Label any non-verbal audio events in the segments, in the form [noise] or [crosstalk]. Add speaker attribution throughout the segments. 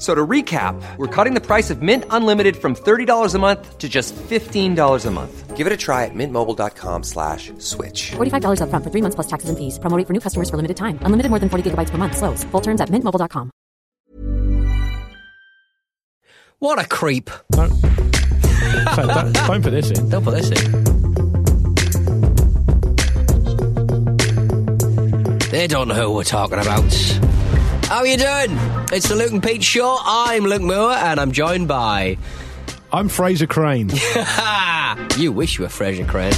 Speaker 1: So to recap, we're cutting the price of Mint Unlimited from $30 a month to just $15 a month. Give it a try at mintmobile.com slash switch.
Speaker 2: $45 up front for three months plus taxes and fees. Promote for new customers for limited time. Unlimited more than 40 gigabytes per month. Slows. Full terms at mintmobile.com.
Speaker 1: What a creep.
Speaker 3: Don't, so
Speaker 4: [laughs]
Speaker 3: don't, don't put this in.
Speaker 4: Don't put this in. They don't know who we're talking about. How you doing? It's the Luke and Pete Show. I'm Luke Moore, and I'm joined by.
Speaker 3: I'm Fraser
Speaker 4: [laughs]
Speaker 3: Crane.
Speaker 4: you wish you were Fraser Crane.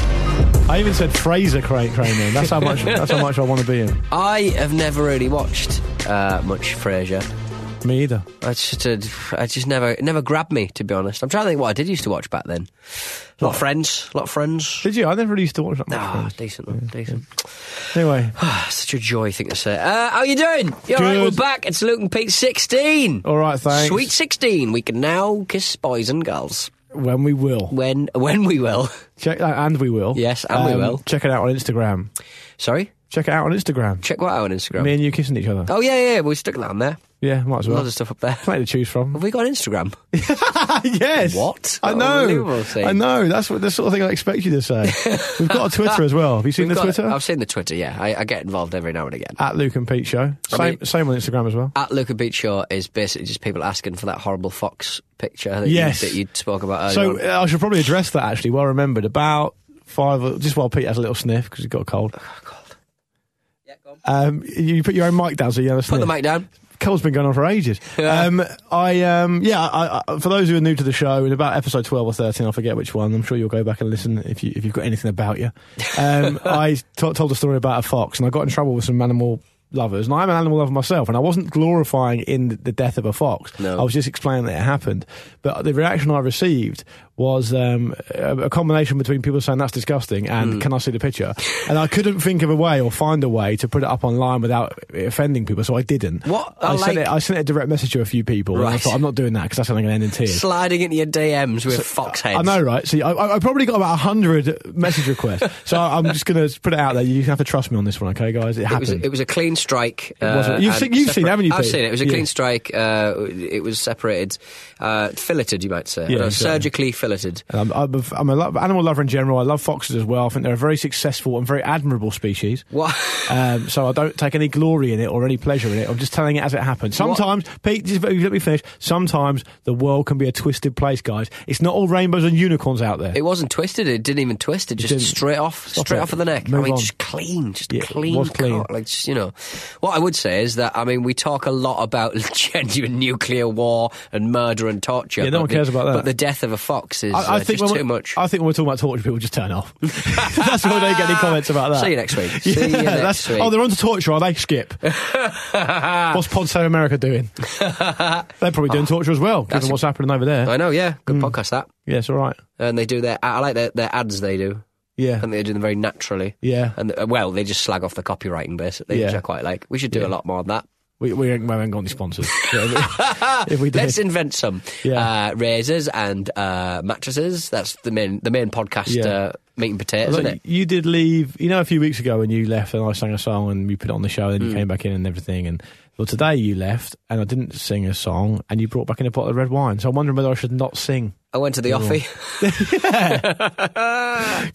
Speaker 3: I even said Fraser Crane. Crane then. That's how much. That's how much I want to be in.
Speaker 4: I have never really watched uh, much Frasier.
Speaker 3: Me either.
Speaker 4: I just, uh, I just never, it never grabbed me to be honest. I'm trying to think what I did used to watch back then. A lot of friends, a lot of friends.
Speaker 3: Did you? I never really used to watch that much.
Speaker 4: Ah,
Speaker 3: Friends.
Speaker 4: decent, though, decent. Ah,
Speaker 3: Anyway,
Speaker 4: Such a joy thing to say. Uh, how you doing? You all right?
Speaker 3: Good.
Speaker 4: We're back. It's Luke and Pete 16.
Speaker 3: all right. Thanks.
Speaker 4: Sweet 16. We can now kiss boys and girls
Speaker 3: When we will
Speaker 4: when when we will.
Speaker 3: check that, and we will. Um,
Speaker 4: Yes, and we will.
Speaker 3: Check it out on Instagram.
Speaker 4: Sorry,
Speaker 3: Check it out on Instagram.
Speaker 4: check what out on Instagram.
Speaker 3: Me and you kissing each other.
Speaker 4: oh yeah, yeah. We stuck that on there.
Speaker 3: Yeah, might as well.
Speaker 4: Loads of stuff
Speaker 3: [laughs]
Speaker 4: up there.
Speaker 3: Plenty to choose from.
Speaker 4: Have we got an Instagram?
Speaker 3: yes.
Speaker 4: What?
Speaker 3: I know.
Speaker 4: Unbelievable thing.
Speaker 3: I know. That's what the sort of thing I expect you to say.
Speaker 4: [laughs]
Speaker 3: We've got a Twitter as well. Have you seen
Speaker 4: We've
Speaker 3: the
Speaker 4: got-
Speaker 3: Twitter?
Speaker 4: I've seen the Twitter. Yeah, I, I get involved every now and again.
Speaker 3: At Luke and Pete Show. Same,
Speaker 4: I mean-
Speaker 3: same on Instagram as well.
Speaker 4: At Luke and Beach Show is basically just people asking for that horrible fox picture that,
Speaker 3: Yes.
Speaker 4: you, that you spoke about earlier.
Speaker 3: So
Speaker 4: on.
Speaker 3: uh, I should probably address that actually. Well remembered. About five, or- just while Pete has a little sniff because he's got a cold. Um, you put your own mic down so you have a
Speaker 4: put
Speaker 3: sniff.
Speaker 4: the mic down.
Speaker 3: Cold's been going on for ages. Um, I um, yeah. I, I, for those who are new to the show, in about episode twelve or thirteen, I forget which one. I'm sure you'll go back and listen if you if you've got anything about you. Um, I to- told a story about a fox, and I got in trouble with some animal lovers, and I'm an animal lover myself, and I wasn't glorifying in the- the death of a fox.
Speaker 4: No.
Speaker 3: I was just explaining that it happened, but the reaction I received was um, a, a combination between people saying that's disgusting and can I see the picture, and I couldn't think of a way or find a way to put it up online without offending people, so I didn't.
Speaker 4: What I
Speaker 3: I, sent
Speaker 4: like-
Speaker 3: it, I sent a direct message to a few people. And I
Speaker 4: Right.
Speaker 3: thought, I'm not doing that because that's going to end in tears.
Speaker 4: Sliding into your DMs with fox heads.
Speaker 3: I know, right? See, I- I, I probably got about hundred message requests, so I- I'm just going to put it out there. You have to trust me on this one, okay, guys? It
Speaker 4: It was,
Speaker 3: happened.
Speaker 4: it was a clean strike. uh,
Speaker 3: wasn't. You've
Speaker 4: and
Speaker 3: seen- you've seen,
Speaker 4: separa-
Speaker 3: haven't you,
Speaker 4: I've
Speaker 3: Pete?
Speaker 4: seen it. It was a
Speaker 3: Yeah.
Speaker 4: clean strike. Uh, it was separated, uh, filleted, you might say.
Speaker 3: Yeah,
Speaker 4: No,
Speaker 3: exactly.
Speaker 4: Surgically filleted.
Speaker 3: And Um, I'm, I'm, a- I'm a lo- animal lover in general. I love foxes as well. I think they're a very successful and very admirable species.
Speaker 4: What?
Speaker 3: Um, so I don't take any glory in it or any pleasure in it. I'm just telling it as it happened. Sometimes, Pete, just let me finish. Sometimes the world can be a twisted place, guys. It's not all rainbows and unicorns out there.
Speaker 4: It wasn't twisted. It didn't even twist. It just
Speaker 3: didn't.
Speaker 4: straight off,
Speaker 3: Stop
Speaker 4: straight
Speaker 3: it.
Speaker 4: off of the neck.
Speaker 3: Move
Speaker 4: I mean,
Speaker 3: on.
Speaker 4: just clean, just
Speaker 3: Yeah, it
Speaker 4: clean.
Speaker 3: was clean.
Speaker 4: cut, Like just, you know, what I would say is that I mean, we talk a lot about [laughs] genuine nuclear war and murder and torture.
Speaker 3: Yeah, no
Speaker 4: but
Speaker 3: one
Speaker 4: the-
Speaker 3: cares about that.
Speaker 4: But the death of a fox is uh, just
Speaker 3: when
Speaker 4: too
Speaker 3: we-
Speaker 4: much.
Speaker 3: I think when we're talking about torture, people just turn off. [laughs] that's why I don't get any comments about that.
Speaker 4: [laughs] See
Speaker 3: [laughs]
Speaker 4: you next week. See you next
Speaker 3: that's-
Speaker 4: week.
Speaker 3: Oh, they're on to torture, are they?
Speaker 4: [laughs]
Speaker 3: Skip. what's Pod Save America doing? they're probably doing torture as well, given what's happening over there.
Speaker 4: I know. Yeah, good
Speaker 3: Hmm.
Speaker 4: podcast that.
Speaker 3: Yes, all right.
Speaker 4: And they do their. I like their, their ads. They do.
Speaker 3: Yeah.
Speaker 4: and they do them very naturally.
Speaker 3: Yeah.
Speaker 4: And uh, well, they just slag off the copywriting basically, which
Speaker 3: Yeah.
Speaker 4: I quite like. We should do
Speaker 3: Yeah.
Speaker 4: a lot more of that.
Speaker 3: We, we, ain't, we ain't got any
Speaker 4: [laughs]
Speaker 3: sponsors. Yeah, if we did.
Speaker 4: Let's invent some
Speaker 3: Yeah.
Speaker 4: uh, razors and uh, mattresses. That's the main the main podcast
Speaker 3: Yeah.
Speaker 4: uh, meat and potatoes,
Speaker 3: Look,
Speaker 4: isn't it?
Speaker 3: You did leave, you know, a few weeks ago when you left and I sang a song and you put it on the show and then
Speaker 4: Mm.
Speaker 3: you came back in and everything. And well, today you left and I didn't sing a song and you brought back in a bottle of red wine. So I'm wondering whether I should not sing.
Speaker 4: I went to the offie.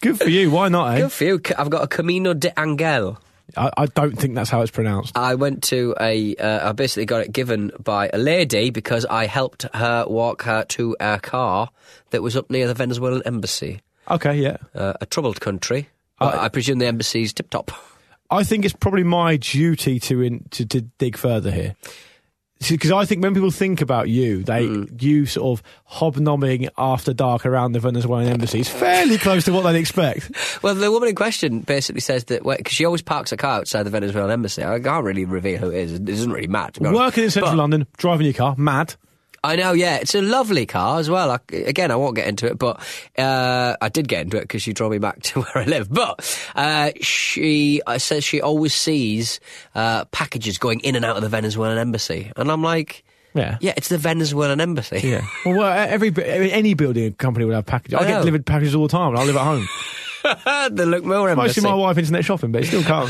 Speaker 4: [laughs]
Speaker 3: Good for you. Why not, eh?
Speaker 4: Good for you. C- I've got a Camino de Angel.
Speaker 3: I, I don't think that's how it's pronounced.
Speaker 4: I went to a. Uh, I basically got it given by a lady because I helped her walk her to a car that was up near the Venezuelan embassy,
Speaker 3: Okay, yeah.
Speaker 4: uh, a troubled country. But I presume the embassy's tip top.
Speaker 3: I think it's probably my duty to in, to, to dig further here. because I think when people think about you, they you sort of hobnobbing after dark around the Venezuelan embassy is fairly close to what they'd expect.
Speaker 4: [laughs] Well, the woman in question basically says that because she always parks her car outside the Venezuelan embassy. I can't really reveal who it is. It doesn't really matter. to be honest.
Speaker 3: Working in central
Speaker 4: But-
Speaker 3: London, driving your car, mad.
Speaker 4: I know, yeah. It's a lovely car as well. I, again, I won't get into it, but uh, I did get into it because she drove me back [laughs] to where I live. But uh, she uh, says she always sees uh, packages going in and out of the Venezuelan embassy. And I'm like,
Speaker 3: Yeah.
Speaker 4: yeah, it's the Venezuelan embassy.
Speaker 3: Yeah. Well, well every bu- any building company would have packages. I,
Speaker 4: I
Speaker 3: get
Speaker 4: know.
Speaker 3: delivered packages all the time, and I live at [laughs] home.
Speaker 4: [laughs] the Luckmore embassy.
Speaker 3: Mostly my wife internet shopping, but it still can't.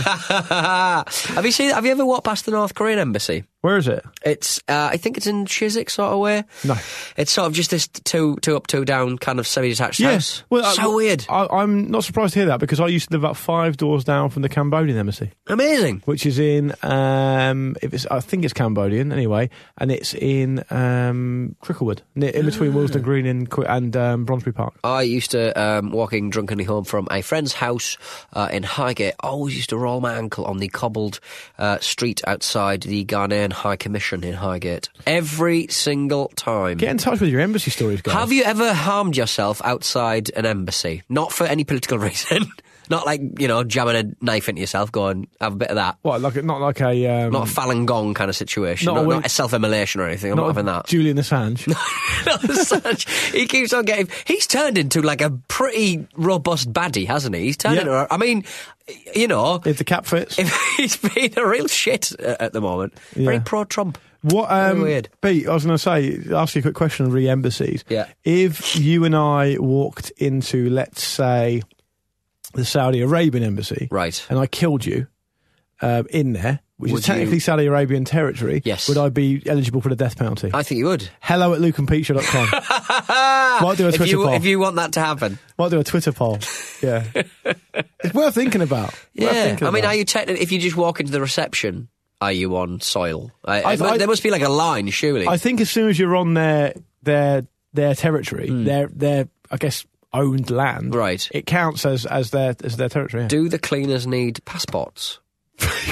Speaker 4: [laughs] have you seen? Have you ever walked past the North Korean embassy?
Speaker 3: [laughs] Where is it?
Speaker 4: It's uh, I think it's in Chiswick sort of way.
Speaker 3: No.
Speaker 4: it's sort of just this two two up two down kind of semi-detached house.
Speaker 3: I-
Speaker 4: so weird,
Speaker 3: I, I'm not surprised to hear that because I used to live about five doors down from the Cambodian embassy,
Speaker 4: amazing.
Speaker 3: which is in, um, if it's, I think it's Cambodian anyway, and it's in um, Cricklewood, near, in between
Speaker 4: Ah.
Speaker 3: Willesden Green and, Qu- and um, Bronsbury Park.
Speaker 4: I used to um, walking drunkenly home from a friend's house uh, in Highgate. Always used to roll my ankle on the cobbled uh, street outside the Ghanaian High Commission in Highgate every single time.
Speaker 3: Get in touch with your embassy stories, guys.
Speaker 4: Have you ever harmed yourself outside an embassy? Not for any political [laughs] reason. Not like you know jamming a knife into yourself. Going have a bit of that.
Speaker 3: What, like, a- not like a. Um,
Speaker 4: Not a Falun Gong kind of situation.
Speaker 3: Not
Speaker 4: Not,
Speaker 3: a
Speaker 4: not
Speaker 3: win-
Speaker 4: a self-immolation or anything. I'm not,
Speaker 3: not
Speaker 4: having that.
Speaker 3: Julian
Speaker 4: [laughs]
Speaker 3: Assange.
Speaker 4: Not such. He keeps on getting. He's turned into like a pretty robust baddie, hasn't he? He's turned
Speaker 3: Yeah.
Speaker 4: into. a- I mean, you know,
Speaker 3: if the cap fits.
Speaker 4: if [laughs] he's been a real shit uh, at the moment. Very
Speaker 3: Yeah.
Speaker 4: pro-Trump.
Speaker 3: What um,
Speaker 4: Weird.
Speaker 3: Pete, I was going to say, ask you a quick question re embassies.
Speaker 4: Yeah.
Speaker 3: If you and I walked into, let's say, the Saudi Arabian embassy,
Speaker 4: Right.
Speaker 3: and I killed you um, in there, which
Speaker 4: Would
Speaker 3: is technically
Speaker 4: you-
Speaker 3: Saudi Arabian territory,
Speaker 4: Yes.
Speaker 3: would I be eligible for the death penalty?
Speaker 4: I think you would.
Speaker 3: Hello at
Speaker 4: [laughs]
Speaker 3: lukeandpeatshow.com. Might do a
Speaker 4: if
Speaker 3: Twitter
Speaker 4: you
Speaker 3: poll.
Speaker 4: if you want that to happen,
Speaker 3: Might do a Twitter poll.
Speaker 4: [laughs]
Speaker 3: Yeah. it's worth thinking about. Worth
Speaker 4: yeah.
Speaker 3: thinking
Speaker 4: I mean,
Speaker 3: about.
Speaker 4: are you technically? If you just walk into the reception, are you on soil? I,
Speaker 3: I-
Speaker 4: it mu-
Speaker 3: I-
Speaker 4: there must be like a line, surely.
Speaker 3: I think as soon as you're on their their their territory, their their I guess owned land,
Speaker 4: Hmm. Right.
Speaker 3: It counts as as their as their territory. Yeah.
Speaker 4: Do the cleaners
Speaker 3: [laughs]
Speaker 4: need passports?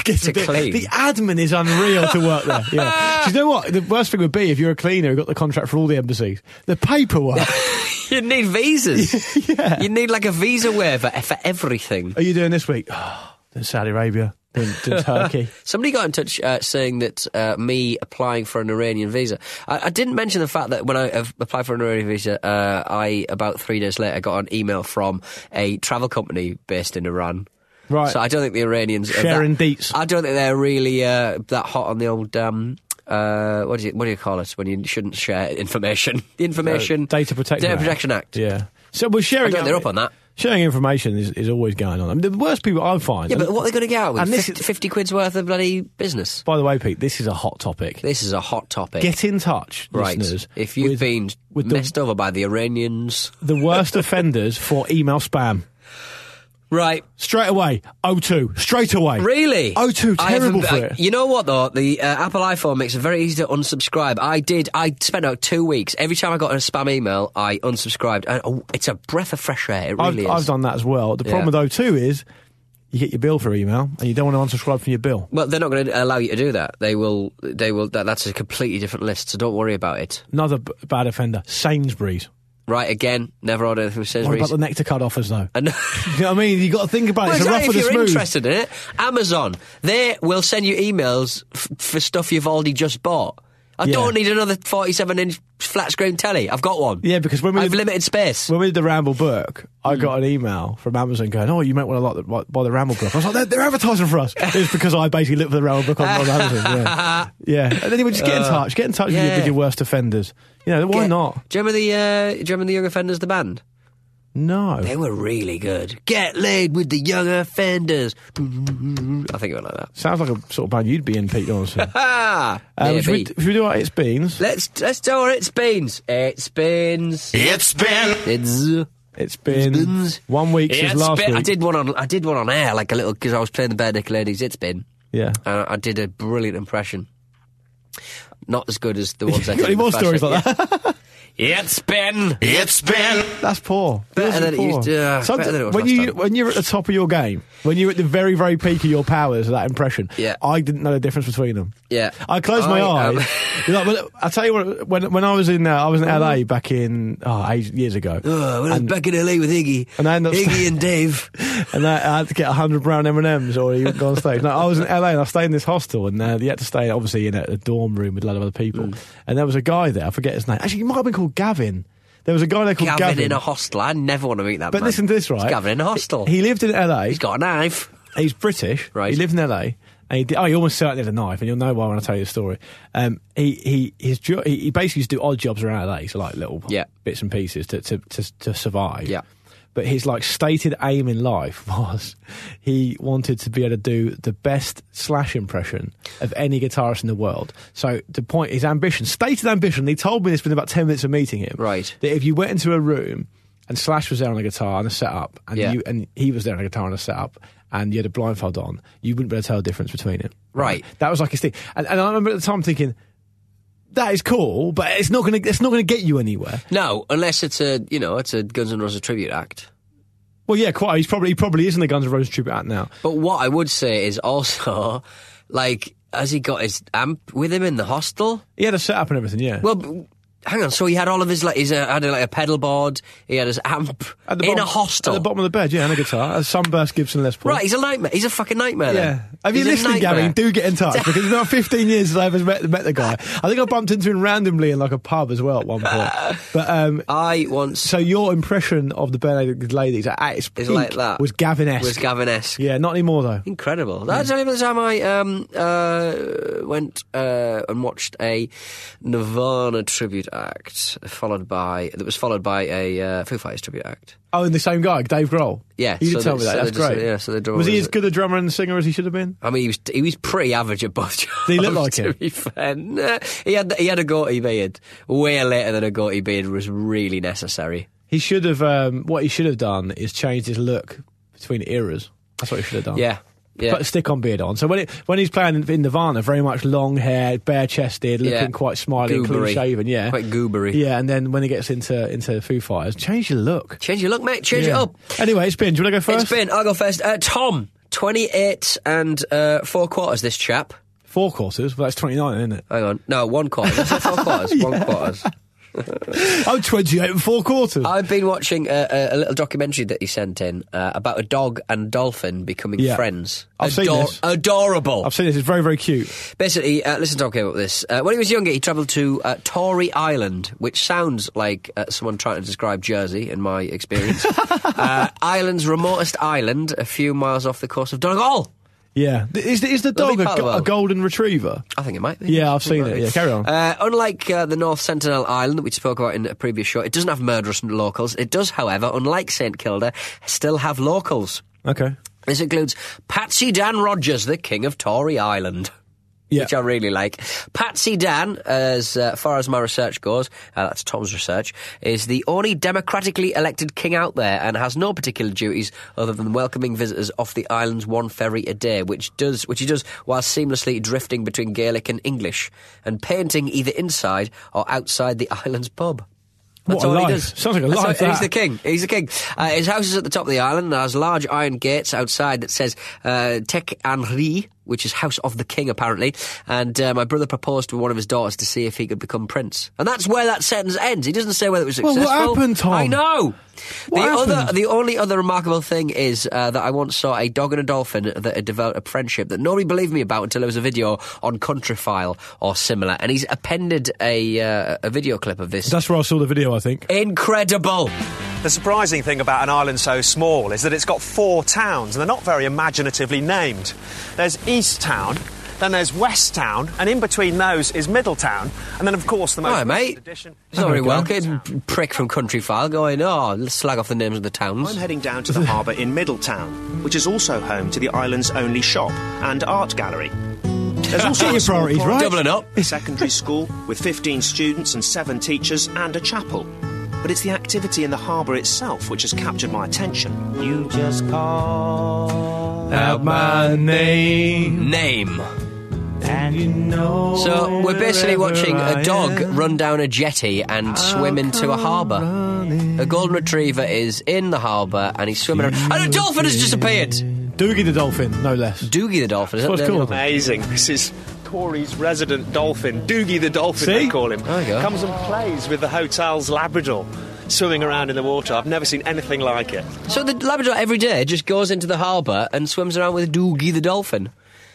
Speaker 3: It's
Speaker 4: to
Speaker 3: a bit-
Speaker 4: clean.
Speaker 3: The admin is unreal to work there.
Speaker 4: [laughs]
Speaker 3: Yeah. Do you know what? The worst thing would be if you're a cleaner who got the contract for all the embassies. The
Speaker 4: [laughs]
Speaker 3: paperwork.
Speaker 4: You'd
Speaker 3: [laughs]
Speaker 4: need visas. yeah. You'd need like a visa waiver for everything.
Speaker 3: Are you doing this week? in Saudi Arabia, in,
Speaker 4: [laughs]
Speaker 3: Turkey.
Speaker 4: Somebody got in touch uh, saying that uh, me applying for an Iranian visa. I, I didn't mention the fact that when I uh, applied for an Iranian visa, uh, I about three days later got an email from a travel company based in Iran.
Speaker 3: Right.
Speaker 4: So I don't think the Iranians are
Speaker 3: Sharing
Speaker 4: that,
Speaker 3: deets.
Speaker 4: I don't think they're really uh, that hot on the old. Um, uh, what, do you, what do you call it when you shouldn't share information? [laughs] The information
Speaker 3: Uh, Data Protection
Speaker 4: Data
Speaker 3: Act.
Speaker 4: Protection Act.
Speaker 3: yeah. So we're sharing.
Speaker 4: I don't think they're up on that.
Speaker 3: Sharing information is, is always going on. I mean, the worst people I find.
Speaker 4: Yeah, but what are they going to get out with?
Speaker 3: And this
Speaker 4: 50,
Speaker 3: is-
Speaker 4: 50 quid's worth of bloody business.
Speaker 3: by the way, Pete, this is a hot topic.
Speaker 4: This is a hot topic.
Speaker 3: Get in touch,
Speaker 4: right.
Speaker 3: listeners.
Speaker 4: If you've
Speaker 3: with-
Speaker 4: been
Speaker 3: with the
Speaker 4: messed over by the Iranians.
Speaker 3: the worst
Speaker 4: [laughs]
Speaker 3: offenders for email spam.
Speaker 4: Right.
Speaker 3: Straight away, O2, straight away.
Speaker 4: Really?
Speaker 3: O2,
Speaker 4: I
Speaker 3: Oh, terrible
Speaker 4: haven't-
Speaker 3: for
Speaker 4: I-
Speaker 3: it.
Speaker 4: You know what, though? The uh, Apple iPhone makes it very easy to unsubscribe. I did. I spent out two weeks. Every time I got a spam email, I unsubscribed. And, oh, it's a breath of fresh air. It
Speaker 3: I've,
Speaker 4: really
Speaker 3: I've
Speaker 4: is.
Speaker 3: done that as well. The problem
Speaker 4: Yeah.
Speaker 3: with O2 is you get your bill for email and you don't want to unsubscribe from your bill.
Speaker 4: well, they're not going to allow you to do that. They will. They will. That, that's a completely different list. So don't worry about it.
Speaker 3: Another b- bad offender, Sainsbury's.
Speaker 4: Right again. Never order anything from
Speaker 3: What
Speaker 4: Sainsbury's.
Speaker 3: about the nectar card offers, though? [laughs]
Speaker 4: And-
Speaker 3: you know what I mean? You've got to think about it.
Speaker 4: Well,
Speaker 3: It's a
Speaker 4: tell you,
Speaker 3: rough
Speaker 4: if
Speaker 3: and a
Speaker 4: you're
Speaker 3: smooth.
Speaker 4: interested in it, Amazon, they will send you emails f- for stuff you've already just bought. I
Speaker 3: Yeah.
Speaker 4: don't need another 47 inch flat screen telly. I've got one.
Speaker 3: Yeah, because when we
Speaker 4: I've Hmm.
Speaker 3: lived-
Speaker 4: limited space.
Speaker 3: When we did the Ramble book, I got an email from Amazon going, "Oh, you might want to like the, buy the Ramble book." I was like, "They're, they're advertising for
Speaker 4: [laughs]
Speaker 3: us." It's because I basically looked for the Ramble book on, on Amazon. Yeah. yeah, and then you would just get in touch, get in touch with, your,
Speaker 4: Uh, yeah.
Speaker 3: with your worst offenders. You know, why
Speaker 4: Get-
Speaker 3: not?
Speaker 4: Do you remember the uh, do you remember the Young Offenders the band?
Speaker 3: No,
Speaker 4: They were really good. Get laid with the Young Offenders. I think it went like that.
Speaker 3: sounds like a sort of band you'd be in, Pete Donaldson.
Speaker 4: Ah,
Speaker 3: Um, should, we,
Speaker 4: maybe.
Speaker 3: should we do our It's Beans?
Speaker 4: Let's let's do it. It's beans. It's beans.
Speaker 5: It's been
Speaker 4: It's
Speaker 3: It's been
Speaker 4: Beans.
Speaker 3: Mm-hmm. one week
Speaker 4: Yeah,
Speaker 3: since
Speaker 4: it's
Speaker 3: last
Speaker 4: been-
Speaker 3: week.
Speaker 4: I did one on I did one on air like a little because I was playing the Bare Naked Ladies. It's been [laughs]
Speaker 3: Yeah.
Speaker 4: and I did a brilliant impression. Not as good as the ones I
Speaker 3: You got
Speaker 4: did.
Speaker 3: any
Speaker 4: in the
Speaker 3: more [laughs]
Speaker 4: first
Speaker 3: stories
Speaker 4: one.
Speaker 3: like that?
Speaker 4: Yeah. It's been.
Speaker 5: It's been.
Speaker 3: That's poor.
Speaker 4: Better
Speaker 3: Yours is
Speaker 4: than it
Speaker 3: poor.
Speaker 4: used to- uh,
Speaker 3: Somet-
Speaker 4: better than it was
Speaker 3: when
Speaker 4: last
Speaker 3: you
Speaker 4: time.
Speaker 3: when you're at the top of your game, when you're at the very very peak of your powers, that impression.
Speaker 4: Yeah.
Speaker 3: I didn't know the difference between them.
Speaker 4: Yeah.
Speaker 3: I closed my
Speaker 4: I, um, [laughs]
Speaker 3: eyes. You know, but I tell you what, when when I was in uh, I was in LA back in oh, age, years ago,
Speaker 4: Oh, when I was back in LA with Iggy.
Speaker 3: And I end up- [laughs]
Speaker 4: Iggy and Dave.
Speaker 3: and I, I had to get hundred brown M and M's or you wouldn't go on stage. No, I was in LA and I stayed in this hostel and uh, you had to stay obviously in a, a dorm room with a lot of other people.
Speaker 4: Mm.
Speaker 3: And there was a guy there. I forget his name. Actually, he might have been called Gavin. There was a guy there called
Speaker 4: Gavin,
Speaker 3: Gavin.
Speaker 4: in a hostel. I never want to meet that
Speaker 3: but
Speaker 4: man.
Speaker 3: listen to this,
Speaker 4: It's
Speaker 3: right?
Speaker 4: Gavin in a hostel.
Speaker 3: He lived in LA.
Speaker 4: He's got a knife.
Speaker 3: He's British.
Speaker 4: Right.
Speaker 3: He lived in LA. And he did, oh, he almost certainly had a knife, and you'll know why when I tell you the story. Um, he he his jo- he he basically used to do odd jobs around LA, so like little
Speaker 4: Yeah.
Speaker 3: bits and pieces to to to, to survive.
Speaker 4: Yeah.
Speaker 3: But his like stated aim in life [laughs] was he wanted to be able to do the best slash impression of any guitarist in the world. So the point, his ambition, stated ambition. He told me this within about ten minutes of meeting him.
Speaker 4: Right.
Speaker 3: That if you went into a room and Slash was there on a guitar and a setup, and
Speaker 4: Yeah.
Speaker 3: you and he was there on a guitar and a setup, and you had a blindfold on, you wouldn't be able to tell the difference between it.
Speaker 4: Right.
Speaker 3: That was like his thing, and, and I remember at the time thinking. That is cool, but it's not gonna it's not gonna get you anywhere.
Speaker 4: No, unless it's a you know it's a Guns N' Roses tribute act.
Speaker 3: Well, yeah, quite. He's probably he probably isn't a Guns N' Roses tribute act now.
Speaker 4: But what I would say is also [laughs] like has he got his amp with him in the hostel?
Speaker 3: He had a setup and everything, yeah.
Speaker 4: Well, b- hang on. So he had all of his like he's uh, had uh, like a pedal board. He had his amp
Speaker 3: at the
Speaker 4: in
Speaker 3: bottom,
Speaker 4: a hostel.
Speaker 3: at the bottom of the bed, yeah, and a guitar, a sunburst Gibson Les Paul.
Speaker 4: Right, he's a nightmare. He's a fucking nightmare.
Speaker 3: Yeah.
Speaker 4: Then.
Speaker 3: Have you
Speaker 4: He's a
Speaker 3: listening, Gavin?
Speaker 4: nightmare.
Speaker 3: Do get in [laughs] touch because it's not 15 years since I've ever met, met the guy. I think I bumped into him randomly in like a pub as well at one point. But um,
Speaker 4: I once
Speaker 3: so your impression of the Benedict ladies at its
Speaker 4: is
Speaker 3: peak
Speaker 4: like that.
Speaker 3: was Gavin-esque.
Speaker 4: Was Gavin-esque.
Speaker 3: Yeah, not anymore though.
Speaker 4: Incredible. That's only the time I um, uh, went uh, and watched a Nirvana tribute act, followed by that was followed by a uh, Foo Fighters tribute act.
Speaker 3: Oh, and the same guy, Dave Grohl.
Speaker 4: Yeah,
Speaker 3: you did
Speaker 4: so
Speaker 3: tell
Speaker 4: the-
Speaker 3: me that.
Speaker 4: so
Speaker 3: That's
Speaker 4: the- so-
Speaker 3: great.
Speaker 4: yeah, so the drummer
Speaker 3: was he
Speaker 4: was
Speaker 3: as
Speaker 4: a-
Speaker 3: good a drummer and singer as he should have been?
Speaker 4: I mean, he was he was pretty average at both [laughs] jobs.
Speaker 3: Did he look like
Speaker 4: to
Speaker 3: him?
Speaker 4: be fair, Nah, he had he had a goatee beard way later than a goatee beard was really necessary.
Speaker 3: He should have. Um, what he should have done is changed his look between eras. That's what he should have done.
Speaker 4: Yeah, yeah.
Speaker 3: But stick on beard on. So when it, when he's playing in Nirvana, very much long hair, bare chested, looking
Speaker 4: Yeah.
Speaker 3: quite smiling, clean
Speaker 4: Goobery.
Speaker 3: shaven. Yeah,
Speaker 4: Quite goobery.
Speaker 3: Yeah, and then when he gets into into Foo Fighters, change your look.
Speaker 4: Change your look, mate. Change
Speaker 3: Yeah.
Speaker 4: it up.
Speaker 3: Anyway, it's been. Do you want to go first?
Speaker 4: It's been. I'll go first. Uh, Tom, twenty-eight and uh, four quarters. This chap.
Speaker 3: four quarters. Well, that's twenty nine, isn't it? [laughs]
Speaker 4: Hang on. No, one quarter. Did I say four quarters? One quarters.
Speaker 3: I'm twenty eight and four quarters.
Speaker 4: I've been watching a, a, a little documentary that he sent in uh, about a dog and dolphin becoming
Speaker 3: Yeah.
Speaker 4: friends.
Speaker 3: I've seen this.
Speaker 4: Adorable.
Speaker 3: I've seen this. It's very very cute.
Speaker 4: Basically, uh, listen to talking about this. Uh, when he was younger, he travelled to uh, Tory Island, which sounds like uh, someone trying to describe Jersey in
Speaker 3: [laughs]
Speaker 4: my experience. uh, Ireland's remotest island, a few miles off the coast of Donegal.
Speaker 3: Yeah. Th- Is the- is the dog a,
Speaker 4: part of
Speaker 3: go-
Speaker 4: the
Speaker 3: a
Speaker 4: world.
Speaker 3: golden retriever?
Speaker 4: I think it might be.
Speaker 3: Yeah, I've seen
Speaker 4: might
Speaker 3: it.
Speaker 4: be.
Speaker 3: Yeah, carry on.
Speaker 4: Uh, unlike uh, the North Sentinel Island that we spoke about in a previous show, it doesn't have murderous locals. It does, however, unlike St Kilda, still have locals.
Speaker 3: Okay.
Speaker 4: This includes Patsy Dan Rogers, the king of Tory Island.
Speaker 3: Yeah.
Speaker 4: Which I really like. Patsy Dan, as uh, far as my research goes, uh, that's Tom's research, is the only democratically elected king out there and has no particular duties other than welcoming visitors off the island's one ferry a day, which does which he does while seamlessly drifting between Gaelic and English and painting either inside or outside the [laughs] island's pub.
Speaker 3: What
Speaker 4: That's
Speaker 3: a
Speaker 4: all
Speaker 3: life.
Speaker 4: he does.
Speaker 3: Sounds like a
Speaker 4: That's
Speaker 3: life,
Speaker 4: all- He's
Speaker 3: that.
Speaker 4: the king. He's the king. Uh, his house is at the top of the island and has large iron gates outside that says uh, Tech Henri, which is House of the King, apparently. And uh, my brother proposed to one of his daughters to see if he could become prince. And that's where that sentence ends. He doesn't say whether it was
Speaker 3: Well, what
Speaker 4: successful.
Speaker 3: happened, Tom?
Speaker 4: I know.
Speaker 3: What
Speaker 4: the other,
Speaker 3: happened?
Speaker 4: the only other remarkable thing is uh, that I once saw a dog and a dolphin that had developed a friendship that nobody believed me about until there was a video on Countryfile or similar, and he's appended a uh, a video clip of this.
Speaker 3: That's where I saw the video. I think.
Speaker 4: Incredible.
Speaker 6: The surprising thing about an island so small is that it's got four towns, and they're not very imaginatively named. There's East Town, then there's West Town, and in between those is Middletown, and then, of course, the most.
Speaker 4: Hi, mate. It's
Speaker 6: Addition.
Speaker 4: not very
Speaker 3: we go.
Speaker 4: welcome. Prick from Country File going, oh, let's slag off the names of the towns.
Speaker 7: I'm heading down to the harbour in Middletown, which is also home to the island's only shop and art gallery.
Speaker 3: [laughs]
Speaker 7: There's also
Speaker 3: Get
Speaker 7: a
Speaker 3: your
Speaker 7: small
Speaker 3: priorities
Speaker 7: private
Speaker 3: right.
Speaker 4: Doubling up.
Speaker 7: secondary school with 15 students and seven teachers and a chapel. But it's the activity in the harbour itself which has captured my attention. You just call.
Speaker 3: Out my name.
Speaker 4: Name.
Speaker 3: And you know.
Speaker 4: So we're basically
Speaker 3: wherever
Speaker 4: watching
Speaker 3: I
Speaker 4: a dog
Speaker 3: am,
Speaker 4: run down a jetty and swim into a
Speaker 3: come
Speaker 4: harbour.
Speaker 3: running.
Speaker 4: A golden retriever is in the harbour and he's swimming around. And a dolphin has disappeared!
Speaker 3: Doogie the dolphin, no less.
Speaker 4: Doogie the dolphin, is that
Speaker 3: That's what it's
Speaker 4: the name
Speaker 3: called.
Speaker 4: of it?
Speaker 6: Amazing. This is Corey's resident dolphin, Doogie the dolphin,
Speaker 3: See?
Speaker 6: they call him.
Speaker 4: There you go.
Speaker 6: Comes and plays with the hotel's Labrador, swimming around in the water. I've never seen anything like it.
Speaker 4: So the Labrador every day just goes into the harbour and swims around with Doogie the dolphin.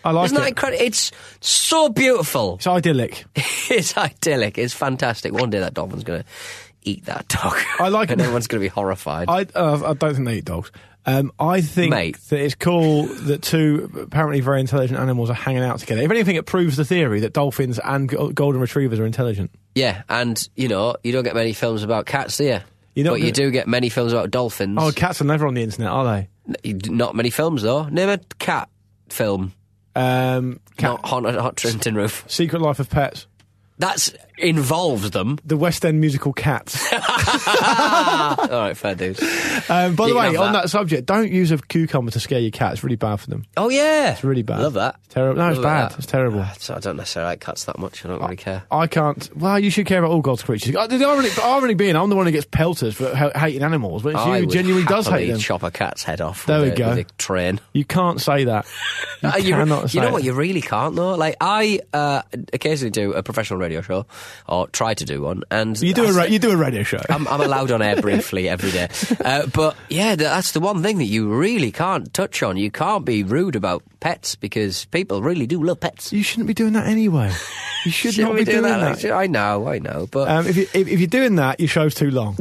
Speaker 3: I like
Speaker 4: Isn't that
Speaker 3: it.
Speaker 4: incredible? It's so beautiful.
Speaker 3: It's idyllic.
Speaker 4: [laughs] It's idyllic. It's fantastic. One day that dolphin's going to eat that dog.
Speaker 3: I
Speaker 4: [laughs]
Speaker 3: like
Speaker 4: and
Speaker 3: it.
Speaker 4: everyone's going to be horrified.
Speaker 3: I, uh, I don't think they eat dogs. Um, I think
Speaker 4: Mate.
Speaker 3: that it's cool that two apparently very intelligent animals are hanging out together. If anything, it proves the theory that dolphins and go- golden retrievers are intelligent.
Speaker 4: yeah, and you know you don't get many films about cats, do you?
Speaker 3: You don't
Speaker 4: but you
Speaker 3: get-
Speaker 4: do get many films about dolphins.
Speaker 3: Oh, cats are never on the internet, are they?
Speaker 4: N- Not many films though. Name a cat film.
Speaker 3: Um, cat,
Speaker 4: Not Haunted Hot Trenton Roof.
Speaker 3: Secret Life of Pets,
Speaker 4: That's
Speaker 3: [laughs]
Speaker 4: involves them.
Speaker 3: the West End musical Cats.
Speaker 4: [laughs] All right, fair dues.
Speaker 3: Um, by
Speaker 4: You
Speaker 3: the
Speaker 4: can
Speaker 3: way,
Speaker 4: have
Speaker 3: on
Speaker 4: that.
Speaker 3: that subject, don't use a cucumber to scare your cat. It's really bad for them.
Speaker 4: Oh yeah, it's
Speaker 3: really bad.
Speaker 4: Love that.
Speaker 3: It's terrible. No, it's
Speaker 4: Love
Speaker 3: bad. Oh, It's terrible.
Speaker 4: Ah, So I don't necessarily like cats that much. I don't really care.
Speaker 3: I can't. Well, you should care about all God's creatures. I, the irony, the irony being, I'm the one who gets pelters for ha- hating animals, but it's
Speaker 4: I
Speaker 3: you who
Speaker 4: would
Speaker 3: genuinely does
Speaker 4: happily
Speaker 3: hate them.
Speaker 4: Chop a cat's head off.
Speaker 3: There
Speaker 4: with
Speaker 3: we
Speaker 4: a,
Speaker 3: go.
Speaker 4: With a train.
Speaker 3: You can't say
Speaker 4: [laughs]
Speaker 3: that. You
Speaker 4: Uh, you,
Speaker 3: cannot
Speaker 4: you
Speaker 3: say
Speaker 4: know
Speaker 3: that.
Speaker 4: what? You really can't though. Like I uh, occasionally do a professional radio show, or try to do one, and
Speaker 3: You do
Speaker 4: I
Speaker 3: a ra-
Speaker 4: say-
Speaker 3: you do a radio show.
Speaker 4: [laughs] I'm, I'm allowed on air briefly
Speaker 3: [laughs]
Speaker 4: every day, uh, but yeah, th- that's the one thing that you really can't touch on. You can't be rude about pets because people really do love pets.
Speaker 3: you shouldn't be doing that anyway. You should
Speaker 4: Shouldn't
Speaker 3: not be
Speaker 4: we do
Speaker 3: doing
Speaker 4: that?
Speaker 3: that.
Speaker 4: I know, I know, but
Speaker 3: Um, if, you, if, if you're doing that, your show's too
Speaker 4: [laughs]
Speaker 3: long.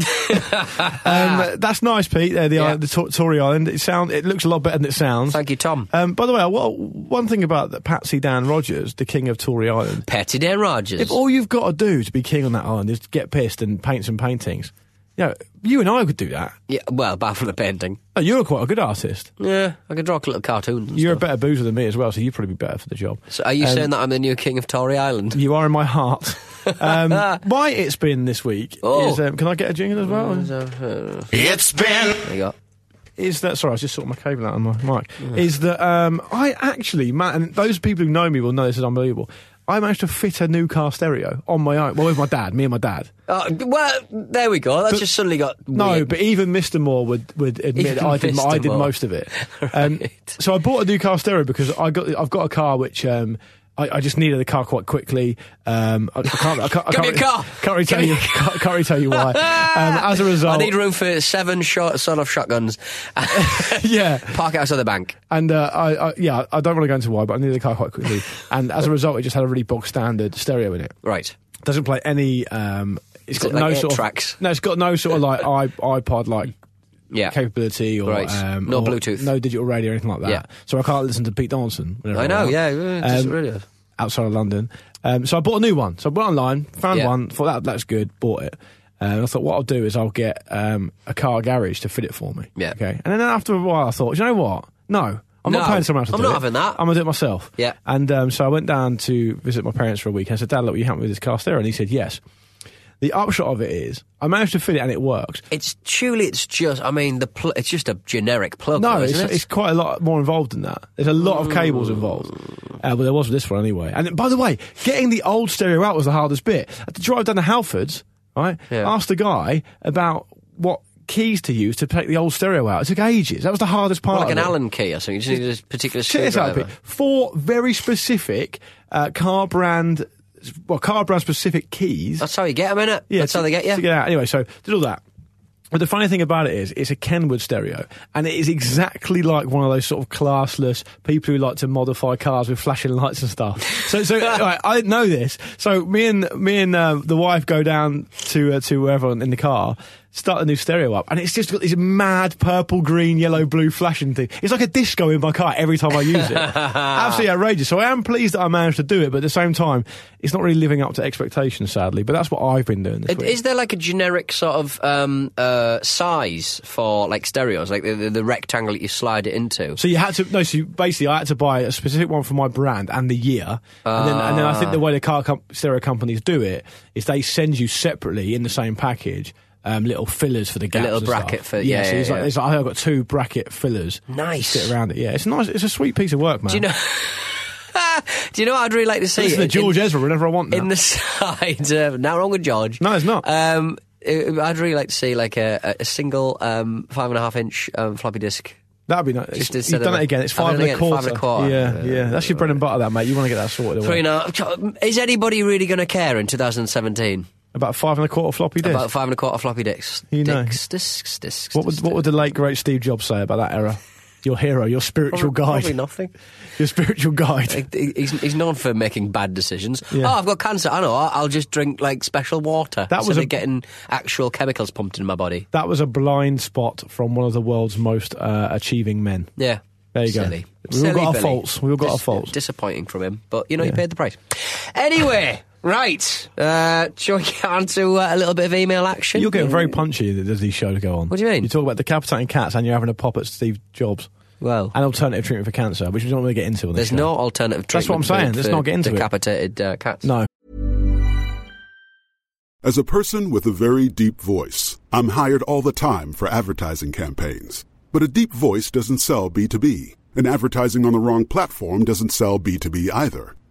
Speaker 3: um, that's nice, Pete. There, the,
Speaker 4: Yeah.
Speaker 3: island- the Tor- Tory Island. It sound it looks a lot better than it sounds.
Speaker 4: thank you, Tom.
Speaker 3: Um, by the way, I- what, one thing about the Patsy Dan Rogers, the king of Tory Island.
Speaker 4: Petty Dan Rogers.
Speaker 3: If all you've got to do to be king on that island is get pissed and paint some paintings, you know, you and I could do that.
Speaker 4: yeah, well, apart from the painting.
Speaker 3: Oh, you're quite a good artist.
Speaker 4: Yeah, I can draw little cartoons. and
Speaker 3: You're a
Speaker 4: stuff.
Speaker 3: better boozer than me as well, so you'd probably be better for the job.
Speaker 4: So are you saying that I'm the new king of Tory Island?
Speaker 3: You are in my heart. Um, my it's been this week
Speaker 4: Oh. Mm,
Speaker 3: is um, can I get a jingle as well?
Speaker 5: It's been.
Speaker 4: uh, There you go.
Speaker 3: is that sorry, I was just sorting my cable out on my mic. Is that um, I actually, man, and those people who know me will know this is unbelievable. I managed to fit a new car stereo on my own. Well, with my dad, me and my dad.
Speaker 4: Oh, well, there we go. That's just suddenly got
Speaker 3: No,
Speaker 4: weird.
Speaker 3: but even Mr. Moore would, would admit
Speaker 4: Even
Speaker 3: I did
Speaker 4: Mr.
Speaker 3: I did
Speaker 4: Moore.
Speaker 3: most
Speaker 4: [laughs]
Speaker 3: of it. Um,
Speaker 4: Right.
Speaker 3: so I bought a new car stereo because I got I've got a car which um, I, I just needed a car quite quickly. Um, I, I can't I can't, I
Speaker 4: Give
Speaker 3: can't,
Speaker 4: me a car.
Speaker 3: Can't really
Speaker 4: Give
Speaker 3: tell
Speaker 4: me-
Speaker 3: you can't, can't really tell you
Speaker 4: [laughs]
Speaker 3: why. Um, as a result,
Speaker 4: I need room for seven short sort of shotguns.
Speaker 3: [laughs]
Speaker 4: [laughs]
Speaker 3: yeah.
Speaker 4: Park outside the bank.
Speaker 3: And uh, I, I, yeah, I don't want to go into why, but I needed the car quite quickly. and as a result, it just had a really bog standard stereo in it.
Speaker 4: Right.
Speaker 3: Doesn't play any. Um, it's
Speaker 4: Is it
Speaker 3: got
Speaker 4: like
Speaker 3: no
Speaker 4: eight
Speaker 3: sort
Speaker 4: tracks?
Speaker 3: of no. It's got no sort of like i iPod like
Speaker 4: Yeah.
Speaker 3: capability or
Speaker 4: Right.
Speaker 3: um,
Speaker 4: No
Speaker 3: or
Speaker 4: Bluetooth.
Speaker 3: no digital radio or anything like that.
Speaker 4: Yeah.
Speaker 3: So I can't listen to Pete Donaldson. whenever
Speaker 4: I know,
Speaker 3: want,
Speaker 4: yeah, yeah, just
Speaker 3: um,
Speaker 4: radio.
Speaker 3: Outside of London, um, so I bought a new one. So I went online, found
Speaker 4: Yeah.
Speaker 3: one, thought that that's good, bought it. Um, and I thought what I'll do is I'll get um, a car garage to fit it for me.
Speaker 4: Yeah.
Speaker 3: Okay. And then after a while, I thought, "Do you know what? No. I'm
Speaker 4: No,
Speaker 3: not paying someone else to
Speaker 4: I'm
Speaker 3: do
Speaker 4: not
Speaker 3: it.
Speaker 4: having that.
Speaker 3: I'm gonna do it myself.
Speaker 4: Yeah.
Speaker 3: And um, so I went down to visit my parents for a week. I said, "Dad, look, will you help me with this car stereo?" And he said, "Yes." The upshot of it is, I managed to fit it and it works.
Speaker 4: It's surely it's just. I mean, the pl- it's just a generic plug.
Speaker 3: No,
Speaker 4: though,
Speaker 3: it's,
Speaker 4: isn't it?
Speaker 3: it's quite a lot more involved than that. There's a lot of cables involved. Uh, but there was with this one anyway. And by the way, getting the old stereo out was the hardest bit. I had to drive down to Halfords, right?
Speaker 4: Yeah.
Speaker 3: Asked the guy about what keys to use to take the old stereo out. It took ages. That was the hardest part.
Speaker 4: Or like
Speaker 3: of
Speaker 4: an
Speaker 3: it.
Speaker 4: Allen key or something. You just need a particular
Speaker 3: Check this out,
Speaker 4: screwdriver.
Speaker 3: Pete. Four very specific uh, car brand, well, car brand specific keys.
Speaker 4: That's how you get them, innit? That's
Speaker 3: to-
Speaker 4: how they get you.
Speaker 3: to out. Anyway, so did all that. But the funny thing about it is, it's a Kenwood stereo, and it is exactly like one of those sort of classless people who like to modify cars with flashing lights and stuff. So,
Speaker 4: [laughs]
Speaker 3: so right, I didn't know this. So me and me and uh, the wife go down to uh, to everyone in the car, start the new stereo up, and it's just got this mad purple, green, yellow, blue flashing thing. It's like a disco in my car every time I
Speaker 4: [laughs]
Speaker 3: use it. Absolutely outrageous. So I am pleased that I managed to do it, but at the same time, it's not really living up to expectations, sadly. But that's what I've been doing this
Speaker 4: It-
Speaker 3: week.
Speaker 4: Is there like a generic sort of um, uh, size for like stereos, like the, the, the rectangle that you slide it into? [laughs]
Speaker 3: So you had to no. So you- basically, I had to buy a specific one for my brand and the year, and, then, and then I
Speaker 4: Ah.
Speaker 3: think the way the car com- stereo companies do it is they send you separately in the same package. Um, little fillers for the gaps.
Speaker 4: little
Speaker 3: and
Speaker 4: bracket
Speaker 3: stuff.
Speaker 4: for- yeah,
Speaker 3: so
Speaker 4: yeah,
Speaker 3: it's
Speaker 4: yeah.
Speaker 3: Like, it's like, I think I've got two bracket fillers.
Speaker 4: Nice.
Speaker 3: Sit around it. Yeah, it's nice. It's a sweet piece of work, man.
Speaker 4: Do you know? Do you know what I'd really like to see?
Speaker 3: Listen to
Speaker 4: In-
Speaker 3: George Ezra whenever I want. Now.
Speaker 4: in the [laughs] side. Uh, now wrong with George.
Speaker 3: No, it's not.
Speaker 4: Um, it- I'd really like to see like a, a single um, five and a half inch um, floppy disk.
Speaker 3: That'd be nice.
Speaker 4: Just
Speaker 3: You've
Speaker 4: instead of
Speaker 3: done
Speaker 4: a-
Speaker 3: it again. It's
Speaker 4: I've
Speaker 3: five
Speaker 4: done
Speaker 3: and
Speaker 4: it
Speaker 3: a
Speaker 4: again,
Speaker 3: quarter.
Speaker 4: five and a quarter.
Speaker 3: Yeah, yeah. That's your bread and butter, that mate. You want to get that sorted. Away.
Speaker 4: Three and a half. Is anybody really going to care in 2017
Speaker 3: About five and a quarter floppy disk.
Speaker 4: about five and a quarter floppy disks?
Speaker 3: You know.
Speaker 4: Disks, disks, disks.
Speaker 3: What would
Speaker 4: disks,
Speaker 3: what would the late great Steve Jobs say about that
Speaker 4: [laughs]
Speaker 3: era? Your hero, your spiritual
Speaker 4: Probably-
Speaker 3: guide,
Speaker 4: Probably nothing.
Speaker 3: [laughs] your spiritual guide.
Speaker 4: Like, he- He's, he's known for making bad decisions.
Speaker 3: Yeah.
Speaker 4: Oh, I've got cancer. I know. I'll just drink like special water
Speaker 3: That was
Speaker 4: instead
Speaker 3: a-
Speaker 4: of getting actual chemicals pumped in my body.
Speaker 3: That was a blind spot from one of the world's most uh, achieving men.
Speaker 4: Yeah.
Speaker 3: There you go.
Speaker 4: Silly.
Speaker 3: We all
Speaker 4: Silly
Speaker 3: got our
Speaker 4: Billy.
Speaker 3: faults. We all got our faults.
Speaker 4: Disappointing from him, but you know
Speaker 3: Yeah.
Speaker 4: he paid the price. Anyway, [laughs] right. Uh, shall we get on to uh, a little bit of email action?
Speaker 3: You're getting very punchy as these shows go on.
Speaker 4: What do you mean?
Speaker 3: You talk about decapitating cats and you're having a pop at Steve Jobs.
Speaker 4: Well,
Speaker 3: An alternative treatment for cancer, which we don't really get into on this
Speaker 4: there's
Speaker 3: show.
Speaker 4: no alternative.
Speaker 3: That's what I'm
Speaker 4: treatment for-
Speaker 3: saying. Let's
Speaker 4: for
Speaker 3: not get into it.
Speaker 4: decapitated uh, cats.
Speaker 3: No.
Speaker 8: As a person with a very deep voice, I'm hired all the time for advertising campaigns. But a deep voice doesn't sell B2B, and advertising on the wrong platform doesn't sell B2B either.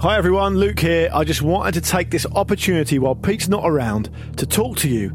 Speaker 3: Hi everyone, Luke here. I just wanted to take this opportunity while Pete's not around to talk to you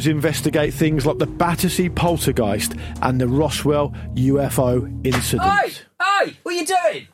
Speaker 3: investigate things like the Battersea poltergeist and the Roswell UFO incident.
Speaker 4: Hey, hey, what are you doing?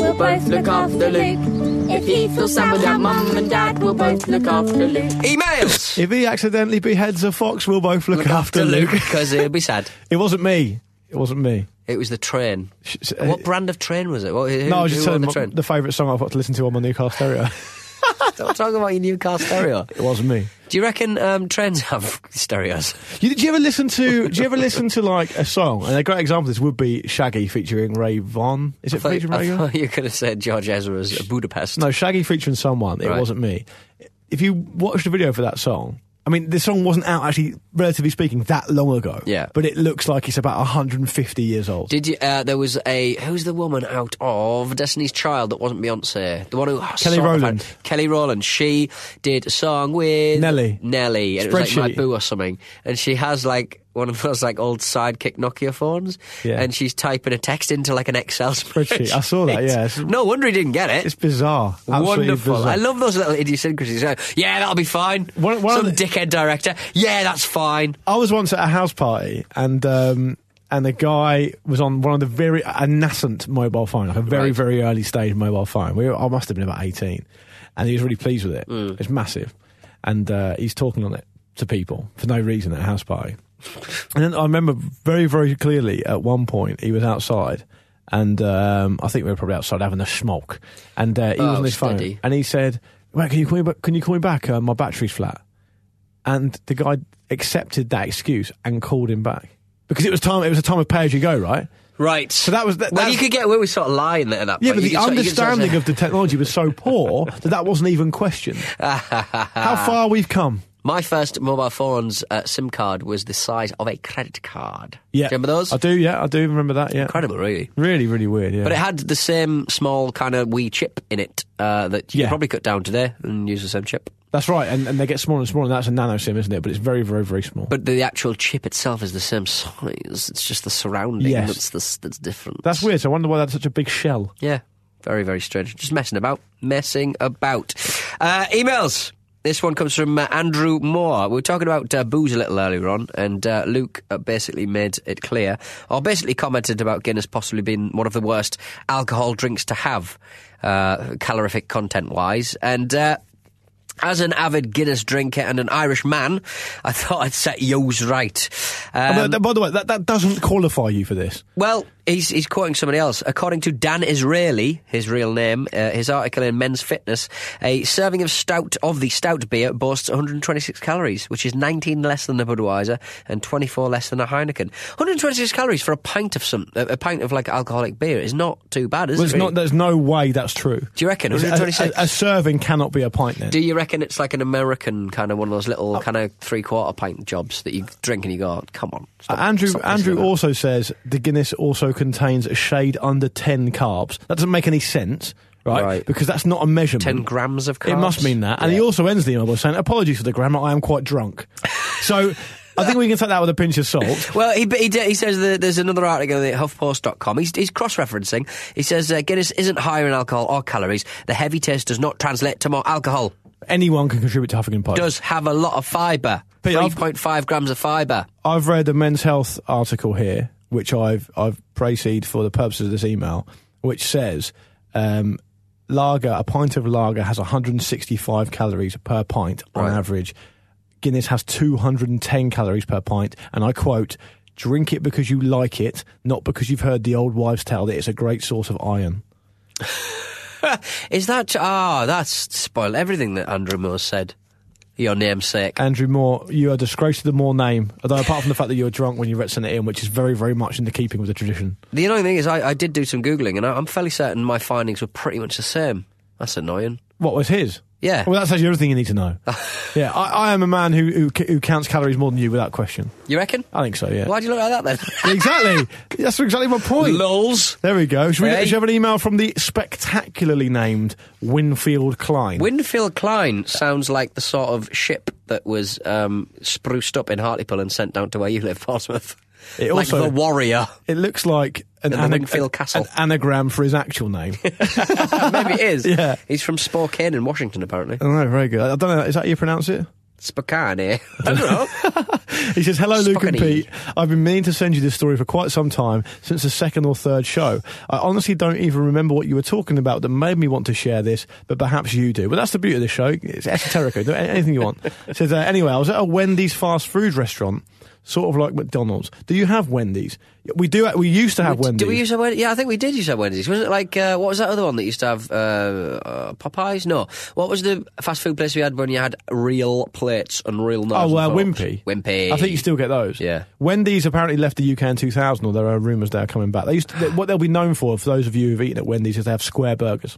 Speaker 9: We'll both look after Luke. If he feels sad without mum and dad, we'll both look after Luke.
Speaker 4: Emails!
Speaker 3: If he accidentally beheads a fox, we'll both look, after, Luke.
Speaker 4: because he'll be sad.
Speaker 3: [laughs] it wasn't me. It wasn't me.
Speaker 4: It was the train.
Speaker 3: Sh- s-
Speaker 4: what
Speaker 3: uh,
Speaker 4: brand of train was it? What, who,
Speaker 3: no, I was just
Speaker 4: who
Speaker 3: telling
Speaker 4: owned
Speaker 3: him
Speaker 4: the train.
Speaker 3: the favourite song I've got to listen to on my new car stereo. [laughs]
Speaker 4: Don't talk about your new car stereo.
Speaker 3: it wasn't me.
Speaker 4: Do you reckon um, trains have [laughs] stereos?
Speaker 3: You, do you ever listen to? Do you ever listen to like a song? And a great example of this would be Shaggy featuring Ray Vaughan. Is it
Speaker 4: I thought-
Speaker 3: featuring
Speaker 4: I
Speaker 3: Ray Vaughan?
Speaker 4: thought you could have said George Ezra's Budapest.
Speaker 3: No, Shaggy featuring someone. It
Speaker 4: Right.
Speaker 3: wasn't me. If you watch the video for that song, I mean, the song wasn't out actually, relatively speaking, that long ago.
Speaker 4: Yeah.
Speaker 3: but it looks like it's about 150 years old.
Speaker 4: Did you? Uh, there was a who's the woman out of Destiny's Child that wasn't Beyonce? The one who sort of
Speaker 3: Rowland.
Speaker 4: had- Kelly Rowland. She did a song with
Speaker 3: Nelly.
Speaker 4: Nelly, and it was like
Speaker 3: Spreadsheet.
Speaker 4: My Boo or something. And she has like one of those like old sidekick Nokia phones,
Speaker 3: Yeah.
Speaker 4: and she's typing a text into like an Excel spreadsheet.
Speaker 3: Spreadsheet. I saw that, yeah. It's-
Speaker 4: no wonder he didn't get it.
Speaker 3: it's bizarre. Absolutely
Speaker 4: Wonderful.
Speaker 3: bizarre.
Speaker 4: I love those little idiosyncrasies. Uh, Yeah, that'll be fine.
Speaker 3: One- one of
Speaker 4: Some
Speaker 3: the-
Speaker 4: dickhead director. Yeah, that's fine.
Speaker 3: I was once at a house party and um, and the guy was on one of the very a nascent mobile phone, like a very
Speaker 4: Right.
Speaker 3: very early stage mobile phone. We were, I must have been about eighteen, and he was really pleased with it.
Speaker 4: Mm.
Speaker 3: It's massive, and uh, he's talking on it to people for no reason at a house party. and then I remember very, very clearly at one point he was outside. And um, I think we were probably outside having a smoke, and uh, he was
Speaker 4: Oh,
Speaker 3: on his
Speaker 4: steady.
Speaker 3: phone, and he said, "Wait, can you call me back? Can you call me back? Uh, my battery's flat." and the guy accepted that excuse and called him back because it was time. It was a time of pay as you go, right?
Speaker 4: Right. So
Speaker 3: that was that.
Speaker 4: well,
Speaker 3: that's-
Speaker 4: you could get away with sort of lying there at that
Speaker 3: Yeah,
Speaker 4: point.
Speaker 3: but
Speaker 4: You
Speaker 3: the
Speaker 4: could sort- you could sort
Speaker 3: understanding
Speaker 4: say-
Speaker 3: of the technology was so [laughs] poor that that wasn't even [laughs] questioned. How far we've come.
Speaker 4: My first mobile phone's uh, SIM card was the size of a credit card.
Speaker 3: Yeah,
Speaker 4: Do you remember those?
Speaker 3: I do. Yeah, I do remember that. Yeah,
Speaker 4: Incredible, really.
Speaker 3: really, really weird. Yeah,
Speaker 4: But it had the same small kind of wee chip in it uh, that you could
Speaker 3: Yeah.
Speaker 4: probably cut down today and use the same chip.
Speaker 3: that's right. And, and they get smaller and smaller. And that's a nano sim, isn't it? But it's very, very, very small.
Speaker 4: But the actual chip itself is the same size. It's just the surrounding
Speaker 3: Yes.
Speaker 4: that's, the, that's different.
Speaker 3: That's weird. So I wonder why that's such a big shell.
Speaker 4: Yeah, very, very strange. Just messing about. Messing about. Uh, emails. This one comes from uh, Andrew Moore. We were talking about uh, booze a little earlier on, and uh, Luke uh, basically made it clear, or basically commented about Guinness possibly being one of the worst alcohol drinks to have, uh, calorific content wise. And uh, as an avid Guinness drinker and an Irish man, [laughs] I thought I'd set yours right.
Speaker 3: I mean,
Speaker 4: Um,
Speaker 3: that- by the way, that, that doesn't qualify you for this.
Speaker 4: well, he's he's quoting somebody else. According to Dan Israeli, his real name, uh, his article in Men's Fitness, a serving of stout of the stout beer boasts 126 calories, which is 19 less than a Budweiser and 24 less than a Heineken. 126 calories for a pint of some a a pint of like alcoholic beer is not too bad, is
Speaker 3: Well,
Speaker 4: it?
Speaker 3: it's
Speaker 4: really?
Speaker 3: not, there's no way that's true.
Speaker 4: Do you reckon?
Speaker 3: A, a,
Speaker 4: 126.
Speaker 3: a serving cannot be a pint then.
Speaker 4: Do you reckon it's like an American kind of one of those
Speaker 3: Oh.
Speaker 4: little kind of three quarter pint jobs that you drink and you go, "Oh, come on. stop-
Speaker 3: Uh, Andrew
Speaker 4: stop messing
Speaker 3: Andrew
Speaker 4: about."
Speaker 3: also says the Guinness also contains a shade under ten carbs. That doesn't make any sense, right?
Speaker 4: Right.
Speaker 3: Because that's not a measurement.
Speaker 4: 10 grams of carbs.
Speaker 3: It must mean that. And he
Speaker 4: Yeah.
Speaker 3: also ends the email by saying, "Apologies for the grammar. I am quite
Speaker 4: [laughs]
Speaker 3: drunk." so I think we can take that with a pinch of salt.
Speaker 4: Well, he, he, d- he says that there's another article at HuffPost.com. He's, he's cross referencing. He says uh, Guinness isn't higher in alcohol or calories. The heavy taste does not translate to more alcohol.
Speaker 3: Anyone can contribute to Huffington Post.
Speaker 4: Does have a lot of fibre.
Speaker 3: Pete, I've-
Speaker 4: 3.5 grams of fibre.
Speaker 3: I've read a Men's Health article here, which I've I've preceded for the purposes of this email, which says um, lager, a pint of lager has 165 calories per pint on
Speaker 4: Right.
Speaker 3: average. Guinness has 210 calories per pint, and I quote. Drink it because you like it, not because you've heard the old wives' tale that it's a great source of iron.
Speaker 4: Is that. Ah, that's spoiled everything that Andrew Moore said. Your namesake.
Speaker 3: Andrew Moore, you are a disgrace to the Moore name, although apart from the fact that you were drunk when you read sent it in, which is very, very much in the keeping with the tradition.
Speaker 4: The annoying thing is, I, I did do some Googling and I, I'm fairly certain my findings were pretty much the same. That's annoying.
Speaker 3: What was his?
Speaker 4: Yeah.
Speaker 3: Well, that's actually everything you need to
Speaker 4: [laughs]
Speaker 3: know. yeah, I, I am a man who, who c- who counts calories more than you without question.
Speaker 4: You reckon?
Speaker 3: I think so. Yeah.
Speaker 4: Why do you look like that then?
Speaker 3: [laughs] exactly. That's exactly my point.
Speaker 4: Lols.
Speaker 3: There we go. Should we,
Speaker 4: Hey.
Speaker 3: should we have an email from the spectacularly named Winfield Klein?
Speaker 4: Winfield Klein sounds like the sort of ship that was um, spruced up in Hartlepool and sent down to where you live, [laughs] Portsmouth.
Speaker 3: It
Speaker 4: like
Speaker 3: also-
Speaker 4: the Warrior.
Speaker 3: it looks like an,
Speaker 4: In the Winfield Castle.
Speaker 3: an anagram for his actual name. [laughs]
Speaker 4: Maybe it
Speaker 3: [laughs]
Speaker 4: is.
Speaker 3: Yeah.
Speaker 4: He's from Spokane in Washington, apparently.
Speaker 3: All right, very good. I don't know. Is that how you pronounce it? [laughs]
Speaker 4: Spokane. eh? I don't know.
Speaker 3: He says, Hello, Luke and
Speaker 4: Spockany.
Speaker 3: Pete. I've been meaning to send you this story for quite some time, since the second or third show. I honestly don't even remember what you were talking about that made me want to share this, but perhaps you do. Well, that's the beauty of the show. It's esoteric. Do anything you want. says, uh, Anyway, I was at a Wendy's fast food restaurant, sort of like McDonald's. Do you have Wendy's? We do. We used to have Wendy's.
Speaker 4: Did we use a Wednesday? Yeah, I think we did use a Wednesdays. Wasn't it like, uh, what was that other one that used to have uh, uh, Popeyes? No. What was the fast food place we had when you had real plates and real knives?
Speaker 3: Oh, uh,
Speaker 4: and forks?
Speaker 3: Wimpy.
Speaker 4: Wimpy.
Speaker 3: I think you still get those.
Speaker 4: Yeah.
Speaker 3: Wendy's apparently left the UK in 2000, although there are rumours they are coming back. They used to, what they'll be known for, for those of you who've eaten at Wendy's, is they have square burgers,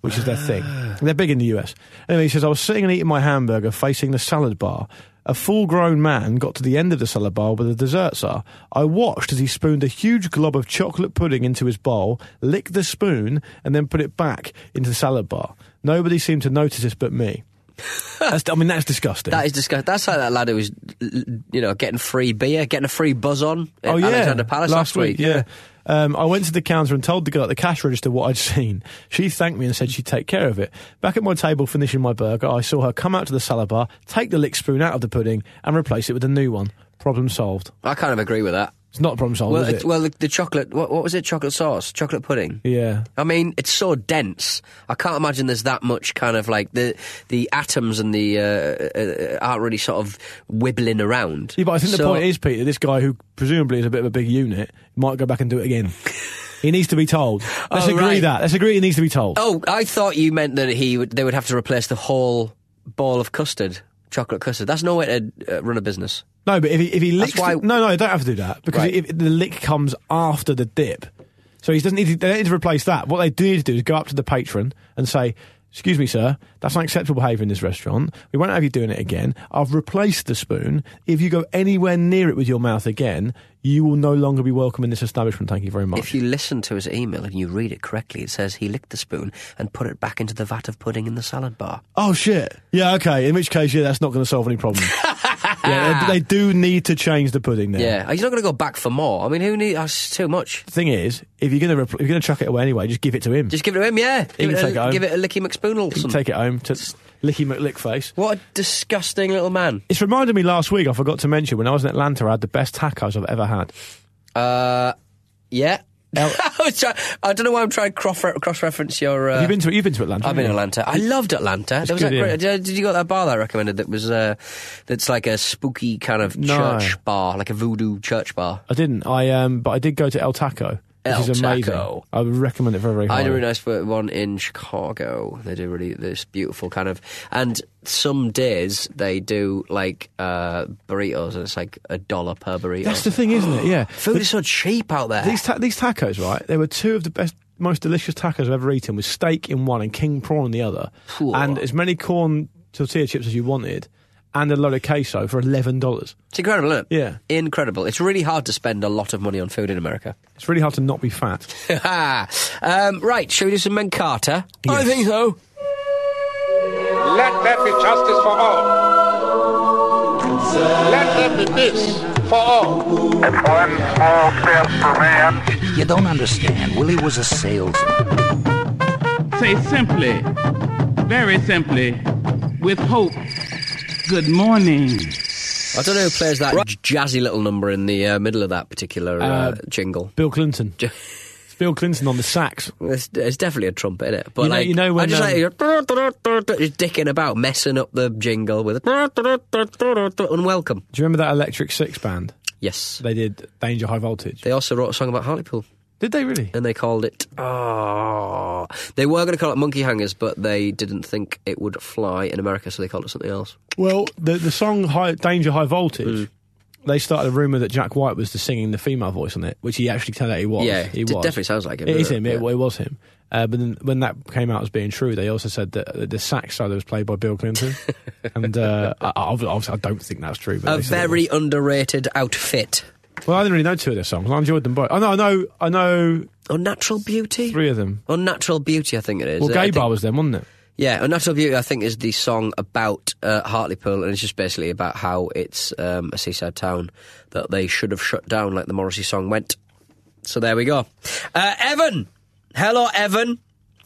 Speaker 3: which is their thing.
Speaker 4: Ah.
Speaker 3: They're big in the US. Anyway, he says, I was sitting and eating my hamburger facing the salad bar. A full grown man got to the end of the salad bar where the desserts are. I watched as he spooned a huge glob of chocolate pudding into his bowl, licked the spoon, and then put it back into the salad bar. Nobody seemed to notice this but
Speaker 4: [laughs]
Speaker 3: me. That's, I mean, that's disgusting.
Speaker 4: That is disgusting. That's like that lad who was, you know, getting free beer, getting a free buzz on at
Speaker 3: Oh,
Speaker 4: Alexander Palace last, week.
Speaker 3: yeah. Um, I went to the counter and told the girl at the cash register what I'd seen. She thanked me and said she'd take care of it. Back at my table finishing my burger, I saw her come out to the salad bar, take the lick spoon out of the pudding, and replace it with a new one. Problem solved.
Speaker 4: I kind of agree with that.
Speaker 3: It's not a problem solved,
Speaker 4: well,
Speaker 3: is
Speaker 4: it-
Speaker 3: it?
Speaker 4: well, the, the chocolate. What, what was it? Chocolate sauce, chocolate pudding.
Speaker 3: yeah.
Speaker 4: I mean, it's so dense. I can't imagine there's that much kind of like the the atoms and the uh, uh, aren't really sort of wibbling around.
Speaker 3: Yeah, but I think the
Speaker 4: So-
Speaker 3: point is, Peter, this guy who presumably is a bit of a big unit might go back and do it
Speaker 4: [laughs]
Speaker 3: again. he needs to be told. Let's
Speaker 4: Oh,
Speaker 3: agree
Speaker 4: right.
Speaker 3: that. Let's agree he needs to be told.
Speaker 4: Oh, I thought you meant that he would, they would have to replace the whole ball of custard, chocolate custard. That's no way to uh, run a business.
Speaker 3: No, but if he, if he
Speaker 4: That's
Speaker 3: licks,
Speaker 4: why-
Speaker 3: the, no, no, they don't have to do that because
Speaker 4: Right.
Speaker 3: if the lick comes after the dip, so he doesn't need to, they don't need to replace that. What they do need to do is go up to the patron and say, "Excuse me, sir, that's unacceptable behaviour in this restaurant. We won't have you doing it again. I've replaced the spoon. If you go anywhere near it with your mouth again, you will no longer be welcome in this establishment. Thank you very much."
Speaker 4: If you listen to his email and you read it correctly, it says he licked the spoon and put it back into the vat of pudding in the salad bar.
Speaker 3: Oh shit! Yeah, okay. In which case, yeah, that's not going to solve any
Speaker 4: [laughs]
Speaker 3: problem. yeah, they, they do need to change the pudding there.
Speaker 4: Yeah, Oh, he's not going to go back for more. I mean, who needs? That's too much.
Speaker 3: The thing is, if you're going to repl if you're going to chuck it away anyway, just give it to him.
Speaker 4: Just give it to him. Yeah, give
Speaker 3: can
Speaker 4: it, a,
Speaker 3: take it home.
Speaker 4: give it a licky McSpoonal.
Speaker 3: take it home to Licky McLickface.
Speaker 4: What a disgusting little man.
Speaker 3: It's reminded me last week. I forgot to mention when I was in Atlanta, I had the best tacos I've ever had.
Speaker 4: Uh, yeah. [laughs] I, was try- I don't know why I'm trying to cross cross reference your. Uh,
Speaker 3: You've been to you've been to Atlanta.
Speaker 4: I've been in
Speaker 3: haven't you?
Speaker 4: Atlanta. I loved Atlanta. There was
Speaker 3: good,
Speaker 4: that
Speaker 3: yeah.
Speaker 4: great, did, did you got that bar that I recommended that was uh, that's like a spooky kind of
Speaker 3: No.
Speaker 4: church bar, like a voodoo church bar.
Speaker 3: I didn't. I um, but I did go to El Taco, which
Speaker 4: El
Speaker 3: is amazing.
Speaker 4: Taco.
Speaker 3: I would recommend it very very
Speaker 4: I
Speaker 3: highly.
Speaker 4: had a really nice one in Chicago. They do really this beautiful kind of, and some days they do like uh, burritos, and it's like a dollar per burrito.
Speaker 3: That's the thing, isn't it? Yeah.
Speaker 4: Food is so cheap out there.
Speaker 3: These ta- these tacos, right? They were two of the best, most delicious tacos I've ever eaten, with steak in one and king prawn in the other,
Speaker 4: Cool.
Speaker 3: and as many corn tortilla chips as you wanted, and a load of queso for eleven dollars.
Speaker 4: it's incredible, isn't it?
Speaker 3: Yeah.
Speaker 4: incredible. It's really hard to spend a lot of money on food in America. [laughs]
Speaker 3: It's really hard to not be fat.
Speaker 4: um, right, shall we do some Mencata? I think so.
Speaker 10: Let there be justice for all. Let there be peace for all.
Speaker 11: It's one small step for man. You don't understand. Willie was a salesman.
Speaker 12: Say simply, very simply, with hope, good morning.
Speaker 4: I don't know who plays that jazzy little number in the uh, middle of that particular uh,
Speaker 3: Uh,
Speaker 4: jingle.
Speaker 3: Bill Clinton. it's Bill Clinton on the sax.
Speaker 4: It's, it's definitely a trumpet, isn't it? But
Speaker 3: You know-
Speaker 4: like,
Speaker 3: you know when,
Speaker 4: I just
Speaker 3: um,
Speaker 4: like just dicking about, messing up the jingle with it. unwelcome.
Speaker 3: Do you remember that Electric Six band?
Speaker 4: Yes,
Speaker 3: they did Danger High Voltage.
Speaker 4: They also wrote a song about Hartlepool.
Speaker 3: Did they really?
Speaker 4: And they called it. Oh, they were going to call it Monkey Hangers, but they didn't think it would fly in America, so they called it something else.
Speaker 3: Well, the the song High, "Danger High Voltage,"
Speaker 4: Mm.
Speaker 3: they started a rumor that Jack White was the singing the female voice on it, which he actually turned out he was.
Speaker 4: Yeah,
Speaker 3: he
Speaker 4: it
Speaker 3: was.
Speaker 4: definitely sounds like him,
Speaker 3: It is
Speaker 4: doesn't
Speaker 3: him.
Speaker 4: it?
Speaker 3: It,
Speaker 4: Yeah.
Speaker 3: it was him. Uh, but then when that came out as being true, they also said that uh, the sax solo was played by Bill
Speaker 4: [laughs]
Speaker 3: Clinton, and uh, I, I, obviously I don't think that's true. But
Speaker 4: a
Speaker 3: they said it was.
Speaker 4: very underrated outfit.
Speaker 3: well, I didn't really know two of their songs. I enjoyed them both. I know, I know, I know
Speaker 4: Unnatural Beauty.
Speaker 3: three of them.
Speaker 4: Unnatural Beauty, I think it is.
Speaker 3: well,
Speaker 4: I
Speaker 3: Gay
Speaker 4: think-
Speaker 3: Bar was them, wasn't it?
Speaker 4: Yeah, Unnatural Beauty, I think, is the song about uh, Hartlepool, and it's just basically about how it's um, a seaside town that they should have shut down, like the Morrissey song went. So there we go. Uh, Evan! Hello, Evan!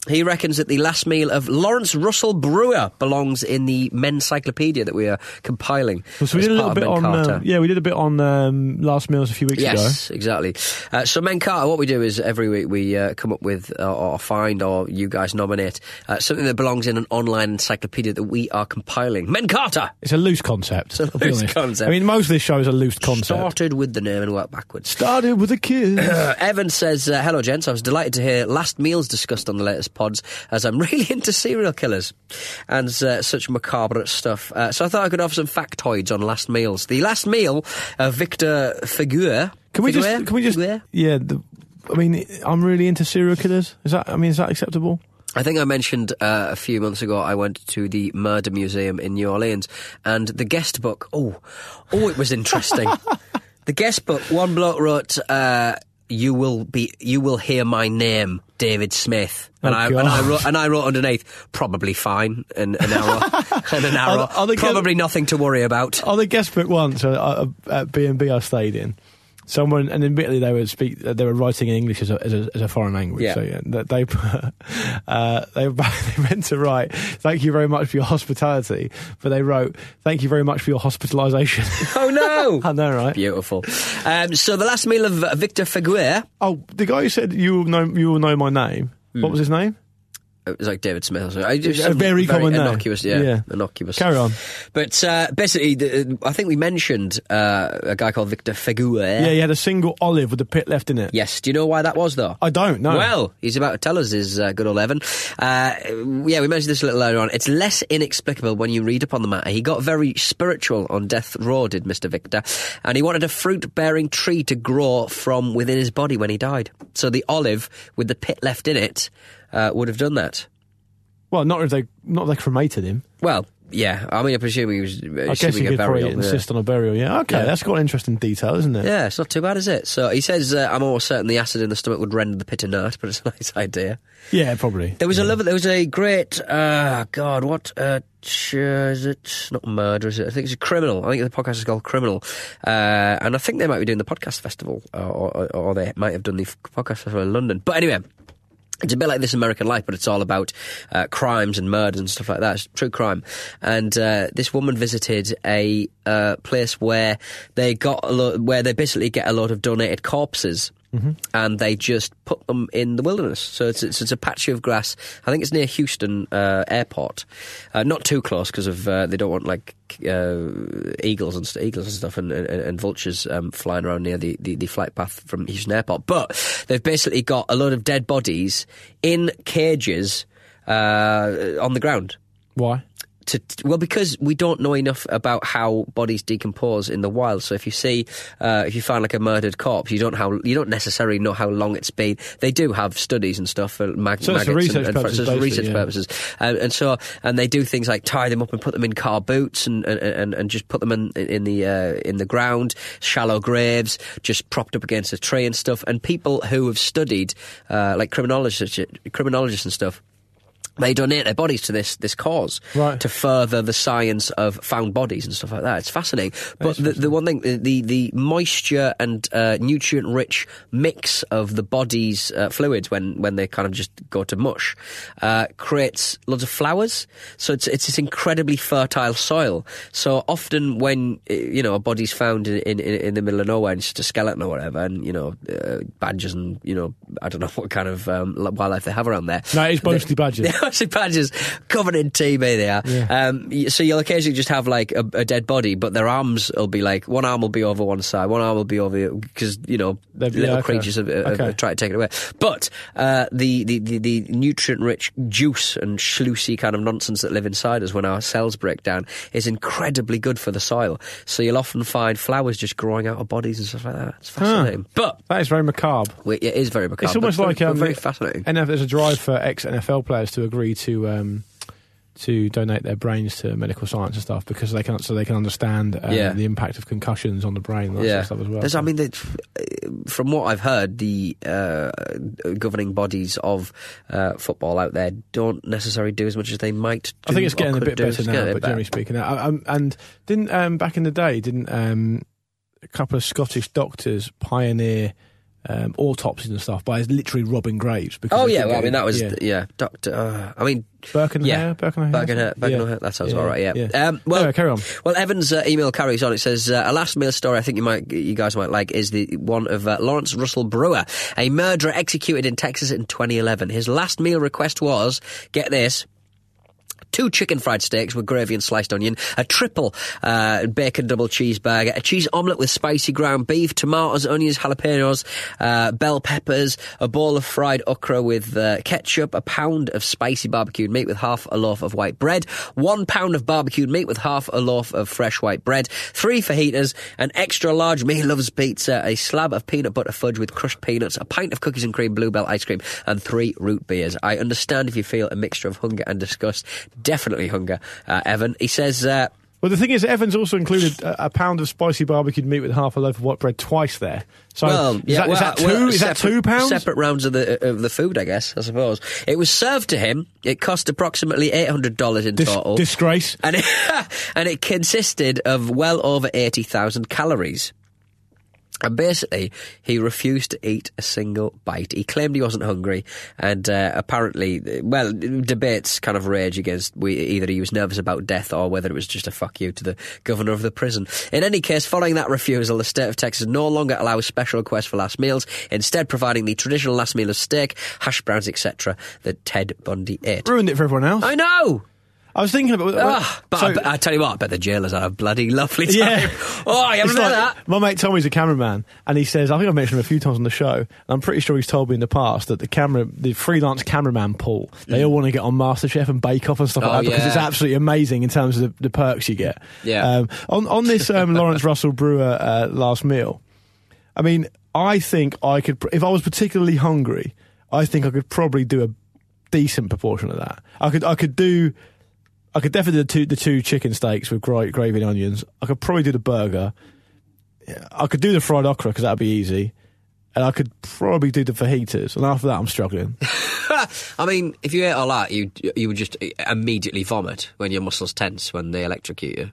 Speaker 4: He reckons that the last meal of Lawrence Russell Brewer belongs in the Mencyclopedia that we are compiling.
Speaker 3: Well, so we
Speaker 4: as
Speaker 3: did a little
Speaker 4: part of
Speaker 3: bit on.
Speaker 4: Mencarta.
Speaker 3: Uh, yeah, we did a bit on um, Last Meals a few weeks ago.
Speaker 4: Yes, exactly. Uh, so, Menkata, what we do is every week we uh, come up with uh, or find or you guys nominate uh, something that belongs in an online encyclopedia that we are compiling. Menkata!
Speaker 3: It's a loose concept.
Speaker 4: a
Speaker 3: I'll be
Speaker 4: loose
Speaker 3: honest.
Speaker 4: concept.
Speaker 3: I mean, most of this show is a loose concept.
Speaker 4: Started with the name and worked backwards.
Speaker 3: Started with a
Speaker 4: [coughs]
Speaker 3: kiss.
Speaker 4: Evan says, uh, Hello, gents. I was delighted to hear last meals discussed on the latest pods, as I'm [laughs] really into serial killers and uh, such macabre stuff. Uh, so I thought I could offer some factoids on last meals. The last meal of Victor Figuer.
Speaker 3: Can we
Speaker 4: Figuer?
Speaker 3: just? Can we just?
Speaker 4: Figuer?
Speaker 3: Yeah. The, I mean, I'm really into serial killers. Is that? I mean, is that acceptable?
Speaker 4: I think I mentioned uh, a few months ago I went to the Murder Museum in New Orleans and the guest book. Oh, oh, it
Speaker 3: [laughs]
Speaker 4: was interesting. the guest book. One bloke wrote, uh, "You will be, you will hear my name, David Smith." And
Speaker 3: Oh,
Speaker 4: I and I
Speaker 3: God.
Speaker 4: wrote and I wrote underneath, probably fine, and
Speaker 3: [laughs]
Speaker 4: an arrow, and an arrow,
Speaker 3: Are the- are the guest- Oh,
Speaker 4: probably nothing to worry about.
Speaker 3: uh, On the guest book once uh, uh, at B and B I stayed in, Someone, and admittedly, they were speak. uh, They were writing in English as a, as a, as a foreign language.
Speaker 4: Yeah.
Speaker 3: So yeah, that they put, [laughs] uh, they [laughs] were- they meant to write, "Thank you very much for your hospitality," but they wrote, "Thank you very much for your hospitalisation."
Speaker 4: Oh no!
Speaker 3: [laughs] I know, right?
Speaker 4: [laughs] Beautiful. Um, so the last meal of uh, Victor Figuer.
Speaker 3: Oh, the guy who said you will know you will know my name.
Speaker 4: Mm.
Speaker 3: What was his name?
Speaker 4: It was Uh, like David Smith. Or something. I
Speaker 3: A
Speaker 4: just, some
Speaker 3: very common name.
Speaker 4: innocuous, Yeah,
Speaker 3: Yeah.
Speaker 4: innocuous.
Speaker 3: Carry on.
Speaker 4: But uh, basically, the, I think we mentioned uh, a guy called Victor Figuer.
Speaker 3: Yeah, he had a single olive with a pit left in it.
Speaker 4: Yes. Do you know why that was, though?
Speaker 3: I don't know.
Speaker 4: Well, he's about to tell us his uh, good old Evan. Uh, yeah, we mentioned this a little earlier on. It's less inexplicable when you read upon the matter. He got very spiritual on death row, did Mr. Victor, and he wanted a fruit bearing tree to grow from within his body when he died. So the olive with the pit left in it uh, would have done that.
Speaker 3: Well, not if they not if they cremated him.
Speaker 4: Well, yeah, I mean, I presume he was. uh,
Speaker 3: I guess you could probably insist on a burial. Yeah, okay,
Speaker 4: Yeah.
Speaker 3: that's got an interesting detail, isn't it?
Speaker 4: Yeah, it's not too bad, is it? So he says, uh, "I'm almost certain the acid in the stomach would render the pit inert, [laughs] but it's a nice idea."
Speaker 3: Yeah, probably.
Speaker 4: There was a love. There was a great. Uh, God, what uh, ch- is it? Not murder, is it? I think it's a criminal. I think the podcast is called Criminal, uh, and I think they might be doing the podcast festival, uh, or, or, or they might have done the f- podcast festival in London. But anyway. It's a bit like This American Life, but it's all about uh, crimes and murders and stuff like that. It's true crime. And uh, this woman visited a uh, place where they got a lo- where they basically get a lot of donated corpses and they just put them in the wilderness. So it's, it's, it's a patch of grass. I think it's near Houston uh, Airport. Uh, not too close because of uh, they don't want like uh, eagles and st- eagles and stuff and, and, and vultures um, flying around near the, the, the flight path from Houston Airport. But they've basically got a lot of dead bodies in cages uh, on the ground
Speaker 3: Why?
Speaker 4: to well because we don't know enough about how bodies decompose in the wild. So if you see uh, if you find like a murdered corpse, you don't how you don't necessarily know how long it's been. They do have studies and stuff for mag-
Speaker 3: So it's for
Speaker 4: maggots
Speaker 3: research
Speaker 4: and, and
Speaker 3: purposes,
Speaker 4: so it's for
Speaker 3: basically,
Speaker 4: research
Speaker 3: yeah.
Speaker 4: purposes, and, and so and they do things like tie them up and put them in car boots and and, and, and just put them in in the uh, in the ground, shallow graves, just propped up against a tree and stuff. And people who have studied uh, like criminologists criminologists and stuff they donate their bodies to this this cause
Speaker 3: Right.
Speaker 4: to further the science of found bodies and stuff like that. It's fascinating. But the, the one thing, the the moisture and uh, nutrient rich mix of the body's uh, fluids when when they kind of just go to mush uh, creates lots of flowers. So it's it's this incredibly fertile soil. So often when uh, you know a body's found in in, in in the middle of nowhere and it's just a skeleton or whatever, and you know uh, badgers and you know I don't know [laughs] what kind of um, wildlife they have around there.
Speaker 3: No, it's mostly
Speaker 4: [laughs]
Speaker 3: badgers.
Speaker 4: They're actually badgers covered in TB. They are. Um, y- so you'll occasionally just have like a, a dead body, but their arms will be like one arm will be over one side, one arm will be over because you know
Speaker 3: They'd be-
Speaker 4: little
Speaker 3: okay.
Speaker 4: creatures have, have,
Speaker 3: Okay.
Speaker 4: have tried to take it away. But uh, the, the, the, the nutrient rich juice and schloosy kind of nonsense that live inside us when our cells break down is incredibly good for the soil. So you'll often find flowers just growing out of bodies and stuff like that. It's fascinating. But
Speaker 3: That is very macabre.
Speaker 4: we- it is very macabre.
Speaker 3: It's almost
Speaker 4: but very-
Speaker 3: like um,
Speaker 4: but very fascinating.
Speaker 3: And there's a drive for ex NFL players to agree to um, to donate their brains to medical science and stuff because they can so they can understand um,
Speaker 4: Yeah.
Speaker 3: the impact of concussions on the brain and that sort of stuff as well.
Speaker 4: There's- I mean, that- from what I've heard, the uh, governing bodies of uh, football out there don't necessarily do as much as they might.
Speaker 3: I
Speaker 4: do
Speaker 3: think it's
Speaker 4: or
Speaker 3: getting a
Speaker 4: could
Speaker 3: bit
Speaker 4: do.
Speaker 3: better
Speaker 4: It's
Speaker 3: now,
Speaker 4: getting a
Speaker 3: but
Speaker 4: bit
Speaker 3: generally
Speaker 4: better.
Speaker 3: speaking, I, um, and didn't um, back in the day didn't um, a couple of Scottish doctors pioneer um, autopsies and stuff by literally robbing graves? Because
Speaker 4: Oh
Speaker 3: they
Speaker 4: yeah,
Speaker 3: could
Speaker 4: well,
Speaker 3: get-
Speaker 4: I mean that was
Speaker 3: yeah.
Speaker 4: yeah, Doctor. Uh, I mean
Speaker 3: Birkenhair,
Speaker 4: yeah,
Speaker 3: Birkenhair, yeah.
Speaker 4: Birkenhair, Birkenhair, That sounds
Speaker 3: Yeah,
Speaker 4: all right. Yeah.
Speaker 3: yeah.
Speaker 4: Um, well,
Speaker 3: Anyway, carry on.
Speaker 4: Well, Evan's uh, email carries on. It says uh, a last meal story. I think you might, you guys might like is the one of uh, Lawrence Russell Brewer, a murderer executed in Texas in 2011. His last meal request was, get this, two chicken fried steaks with gravy and sliced onion, a triple uh, bacon double cheeseburger, a cheese omelette with spicy ground beef, tomatoes, onions, jalapenos, uh, bell peppers, a bowl of fried okra with uh, ketchup, a pound of spicy barbecued meat with half a loaf of white bread, one pound of barbecued meat with half a loaf of fresh white bread, three fajitas, an extra large me loves pizza, a slab of peanut butter fudge with crushed peanuts, a pint of cookies and cream bluebell ice cream, and three root beers. I understand if you feel a mixture of hunger and disgust. Definitely hunger, uh, Evan. He says. Uh,
Speaker 3: Well, the thing is, Evans also included a, a pound of spicy barbecued meat with half a loaf of white bread twice there. So
Speaker 4: well,
Speaker 3: Oh, is,
Speaker 4: yeah,
Speaker 3: that, is
Speaker 4: well,
Speaker 3: that two?
Speaker 4: well,
Speaker 3: is that
Speaker 4: separate-
Speaker 3: two pounds?
Speaker 4: Separate rounds of the of the food, I guess. I suppose it was served to him. It cost approximately eight hundred dollars in
Speaker 3: Dis-
Speaker 4: total.
Speaker 3: disgrace.
Speaker 4: [laughs] and it, and it consisted of well over 80,000 calories. And basically, he refused to eat a single bite. He claimed he wasn't hungry, and uh, apparently, well, debates kind of rage against we, either he was nervous about death or whether it was just a fuck you to the governor of the prison. In any case, following that refusal, the state of Texas no longer allows special requests for last meals, instead providing the traditional last meal of steak, hash browns, etc. that Ted Bundy ate.
Speaker 3: Ruined it for everyone else.
Speaker 4: I know.
Speaker 3: I was thinking about.
Speaker 4: Ah, but I,
Speaker 3: so-
Speaker 4: but I tell you what, I bet the jailers had a bloody lovely time.
Speaker 3: [laughs] Yeah.
Speaker 4: Oh, I haven't
Speaker 3: It's
Speaker 4: heard
Speaker 3: like-
Speaker 4: that.
Speaker 3: My mate Tommy's a cameraman, and he says, I think I've mentioned him a few times on the show, and I'm pretty sure he's told me in the past that the camera, the freelance cameraman pool, they all want to get on MasterChef and Bake Off and stuff
Speaker 4: Mm. Oh,
Speaker 3: like that because
Speaker 4: yeah.
Speaker 3: it's absolutely amazing in terms of the, the perks you get.
Speaker 4: Yeah.
Speaker 3: Um, on, on this um, Lawrence Russell Brewer uh, last meal, I mean, I think I could, pr- if I was particularly hungry, I think I could probably do a decent proportion of that. I could, I could do. I could definitely do the two, the two chicken steaks with gra- gravy and onions. I could probably do the burger. Yeah, I could do the fried okra because that'd be easy, and I could probably do the fajitas. And after that, I'm struggling.
Speaker 4: I mean, if you ate all that, you you would just immediately vomit when your muscles tense when they electrocute you.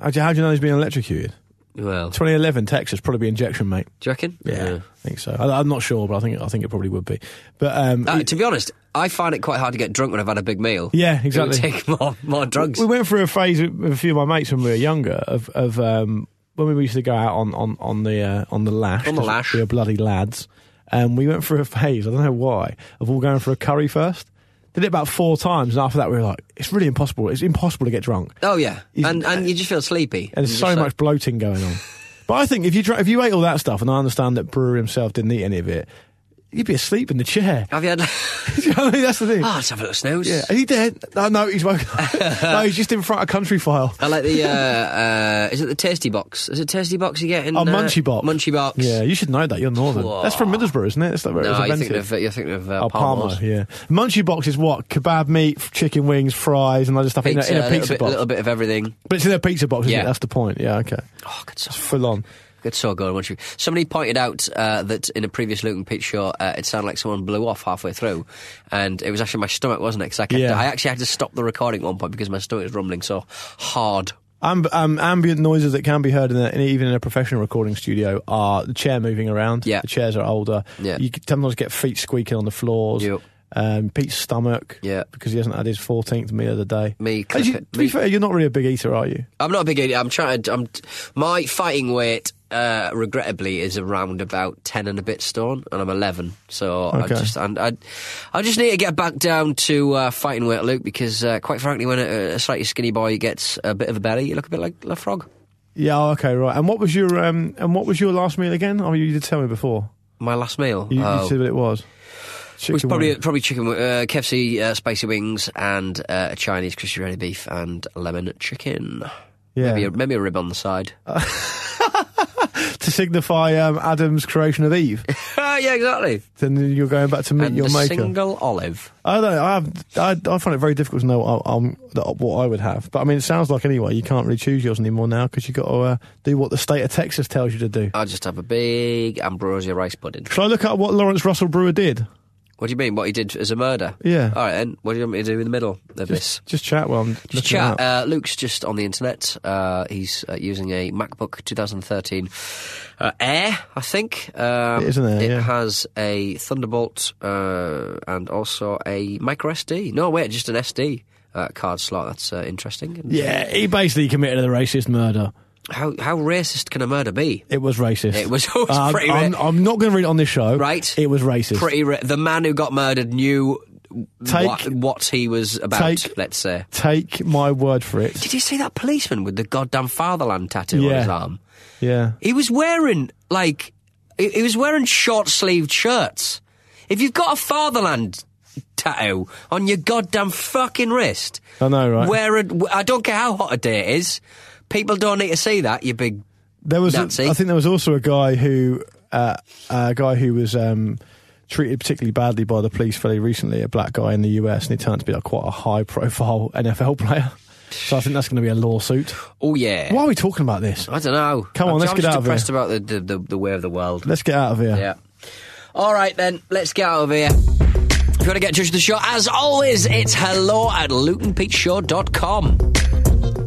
Speaker 3: How do you, how do you know he's being electrocuted?
Speaker 4: Well,
Speaker 3: 2011 Texas probably be injection, mate.
Speaker 4: do you reckon?
Speaker 3: Yeah, I think so. I, I'm not sure, but I think I think it probably would be. But um,
Speaker 4: Uh, to be honest, I find it quite hard to get drunk when I've had a big meal.
Speaker 3: Yeah, exactly.
Speaker 4: It would take [laughs] more more drugs.
Speaker 3: We went through a phase with with a few of my mates when we were younger of, of um, when we used to go out on on on the uh, on the lash.
Speaker 4: On the
Speaker 3: 'cause
Speaker 4: lash.
Speaker 3: we were bloody lads, and we went through a phase. I don't know why of all going for a curry first. Did it about four times, and after that we were like, it's really impossible. It's impossible to get drunk.
Speaker 4: Oh yeah,
Speaker 3: Is-
Speaker 4: and and you just feel sleepy.
Speaker 3: And
Speaker 4: You're
Speaker 3: there's so
Speaker 4: just
Speaker 3: much
Speaker 4: like-
Speaker 3: bloating going
Speaker 4: [laughs]
Speaker 3: on. But I think if you try, if you ate all that stuff, and I understand that Brewer himself didn't eat any of it, you'd be asleep in the chair. [laughs]
Speaker 4: Have you had? [laughs]
Speaker 3: Do you know what I mean? That's the thing.
Speaker 4: Oh, let's have a little snooze.
Speaker 3: Yeah, are you dead? No, no, he's woke
Speaker 4: [laughs]
Speaker 3: up. no, he's just in front of Country File.
Speaker 4: I like the. Uh, uh, is it the Tasty Box? Is it Tasty Box you get in?
Speaker 3: Oh,
Speaker 4: uh,
Speaker 3: Munchie Box.
Speaker 4: Munchie Box.
Speaker 3: Yeah, you should know that. You're northern.
Speaker 4: Whoa.
Speaker 3: That's from Middlesbrough, isn't it? That's not where it was
Speaker 4: No, you
Speaker 3: invented.
Speaker 4: think of you think of uh,
Speaker 3: Oh, Palmer,
Speaker 4: Palmer's.
Speaker 3: yeah. Munchie box is what? Kebab meat, f- chicken wings, fries, and other stuff
Speaker 4: Pizza,
Speaker 3: in a, in a
Speaker 4: little
Speaker 3: pizza
Speaker 4: bit-
Speaker 3: box.
Speaker 4: little bit of everything.
Speaker 3: But it's in a pizza box, isn't
Speaker 4: Yeah.
Speaker 3: it? That's the point. Yeah, okay.
Speaker 4: Oh, good
Speaker 3: It's
Speaker 4: stuff.
Speaker 3: full on.
Speaker 4: Good so good, weren't you? Somebody pointed out uh, that in a previous Luke and Pete show, uh, it sounded like someone blew off halfway through, and it was actually my stomach, wasn't it? 'Cause I, kept,
Speaker 3: Yeah.
Speaker 4: I actually had to stop the recording at one point because my stomach was rumbling so hard.
Speaker 3: Amb- um, ambient noises that can be heard in, a, in even in a professional recording studio are the chair moving around.
Speaker 4: Yeah.
Speaker 3: the chairs are older.
Speaker 4: Yeah.
Speaker 3: you could sometimes get feet squeaking on the floors.
Speaker 4: Yep.
Speaker 3: Um, Pete's stomach.
Speaker 4: Yeah.
Speaker 3: because he hasn't had his fourteenth meal of the day.
Speaker 4: Me,
Speaker 3: As you-
Speaker 4: clip it,
Speaker 3: to be
Speaker 4: me-
Speaker 3: fair, you're not really a big eater, are you?
Speaker 4: I'm not a big idiot. I'm trying. To, I'm my fighting weight, uh, regrettably, is around about ten and a bit stone, and I'm eleven. So I
Speaker 3: Okay.
Speaker 4: just and I, I just need to get back down to uh, fighting weight, Luke, because uh, quite frankly, when a, a slightly skinny boy gets a bit of a belly, you look a bit like a frog.
Speaker 3: Yeah. oh, Okay. Right. And what was your um, and what was your last meal again? Oh, you did tell me before.
Speaker 4: My last meal.
Speaker 3: You,
Speaker 4: Oh.
Speaker 3: you said what it was. Chicken
Speaker 4: It was probably
Speaker 3: wing.
Speaker 4: probably chicken, wi- uh, KFC, uh, spicy wings, and uh, a Chinese crispy ready beef and lemon chicken.
Speaker 3: Yeah. Uh,
Speaker 4: Maybe a, maybe a rib on the side.
Speaker 3: [laughs] to signify um, Adam's creation of Eve.
Speaker 4: Ah, [laughs] yeah, exactly.
Speaker 3: then you're going back to meet
Speaker 4: and
Speaker 3: your
Speaker 4: a
Speaker 3: maker.
Speaker 4: single olive.
Speaker 3: I don't know. I, have, I, I find it very difficult to know what, I, um, that- what I would have. But I mean, it sounds like anyway, you can't really choose yours anymore now because you've got to uh, do what the state of Texas tells you to do.
Speaker 4: I just have a big ambrosia rice pudding.
Speaker 3: Shall I look at what Lawrence Russell Brewer did?
Speaker 4: What do you mean? What he did as a murder?
Speaker 3: Yeah.
Speaker 4: All right, then. What do you want me to do in the middle of this?
Speaker 3: Just, just chat while I'm looking
Speaker 4: Just chat.
Speaker 3: it up.
Speaker 4: Uh, Luke's just on the internet. Uh, he's uh, using a MacBook 2013 uh, Air, I think. Um,
Speaker 3: It is an Air,
Speaker 4: It
Speaker 3: yeah.
Speaker 4: has a Thunderbolt uh, and also a micro SD. No, wait, just an SD uh, card slot. That's uh, interesting. And uh,
Speaker 3: yeah, he basically committed a racist murder.
Speaker 4: How how racist can a murder be?
Speaker 3: It was racist.
Speaker 4: It was- [laughs] it was
Speaker 3: Um,
Speaker 4: pretty
Speaker 3: I'm,
Speaker 4: ra-
Speaker 3: I'm not going to read it on this show.
Speaker 4: Right.
Speaker 3: It was racist.
Speaker 4: Pretty. Ra- the man who got murdered knew.
Speaker 3: Take-
Speaker 4: what, what he was about,
Speaker 3: take-
Speaker 4: let's say.
Speaker 3: Take my word for it.
Speaker 4: [laughs] Did you see that policeman with the goddamn fatherland tattoo on
Speaker 3: Yeah.
Speaker 4: his arm?
Speaker 3: Yeah.
Speaker 4: He was wearing like he, he was wearing short sleeved shirts. If you've got a fatherland tattoo on your goddamn fucking wrist,
Speaker 3: I know, right?
Speaker 4: wear it. I don't care how hot a day it is. People don't need to see that. You big.
Speaker 3: There was, a- I
Speaker 4: Nazi.
Speaker 3: think, there was also a guy who, uh, a guy who was um, treated particularly badly by the police fairly recently. A black guy in the US, and he turned to be like quite a high-profile [laughs] NFL player. So I think that's going to be a lawsuit.
Speaker 4: Oh yeah.
Speaker 3: Why are we talking about this?
Speaker 4: I don't know.
Speaker 3: Come on,
Speaker 4: I'm,
Speaker 3: let's
Speaker 4: I'm
Speaker 3: get
Speaker 4: just
Speaker 3: out of
Speaker 4: depressed about the, the, the, the way of the world.
Speaker 3: Let's get out of here.
Speaker 4: Yeah. All right, then, let's get out of here. If you want to get in touch with the show, as always, it's hello at lutonpeteshow.com.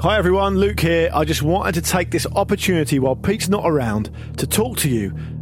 Speaker 3: Hi everyone, Luke here. I just wanted to take this opportunity while Pete's not around to talk to you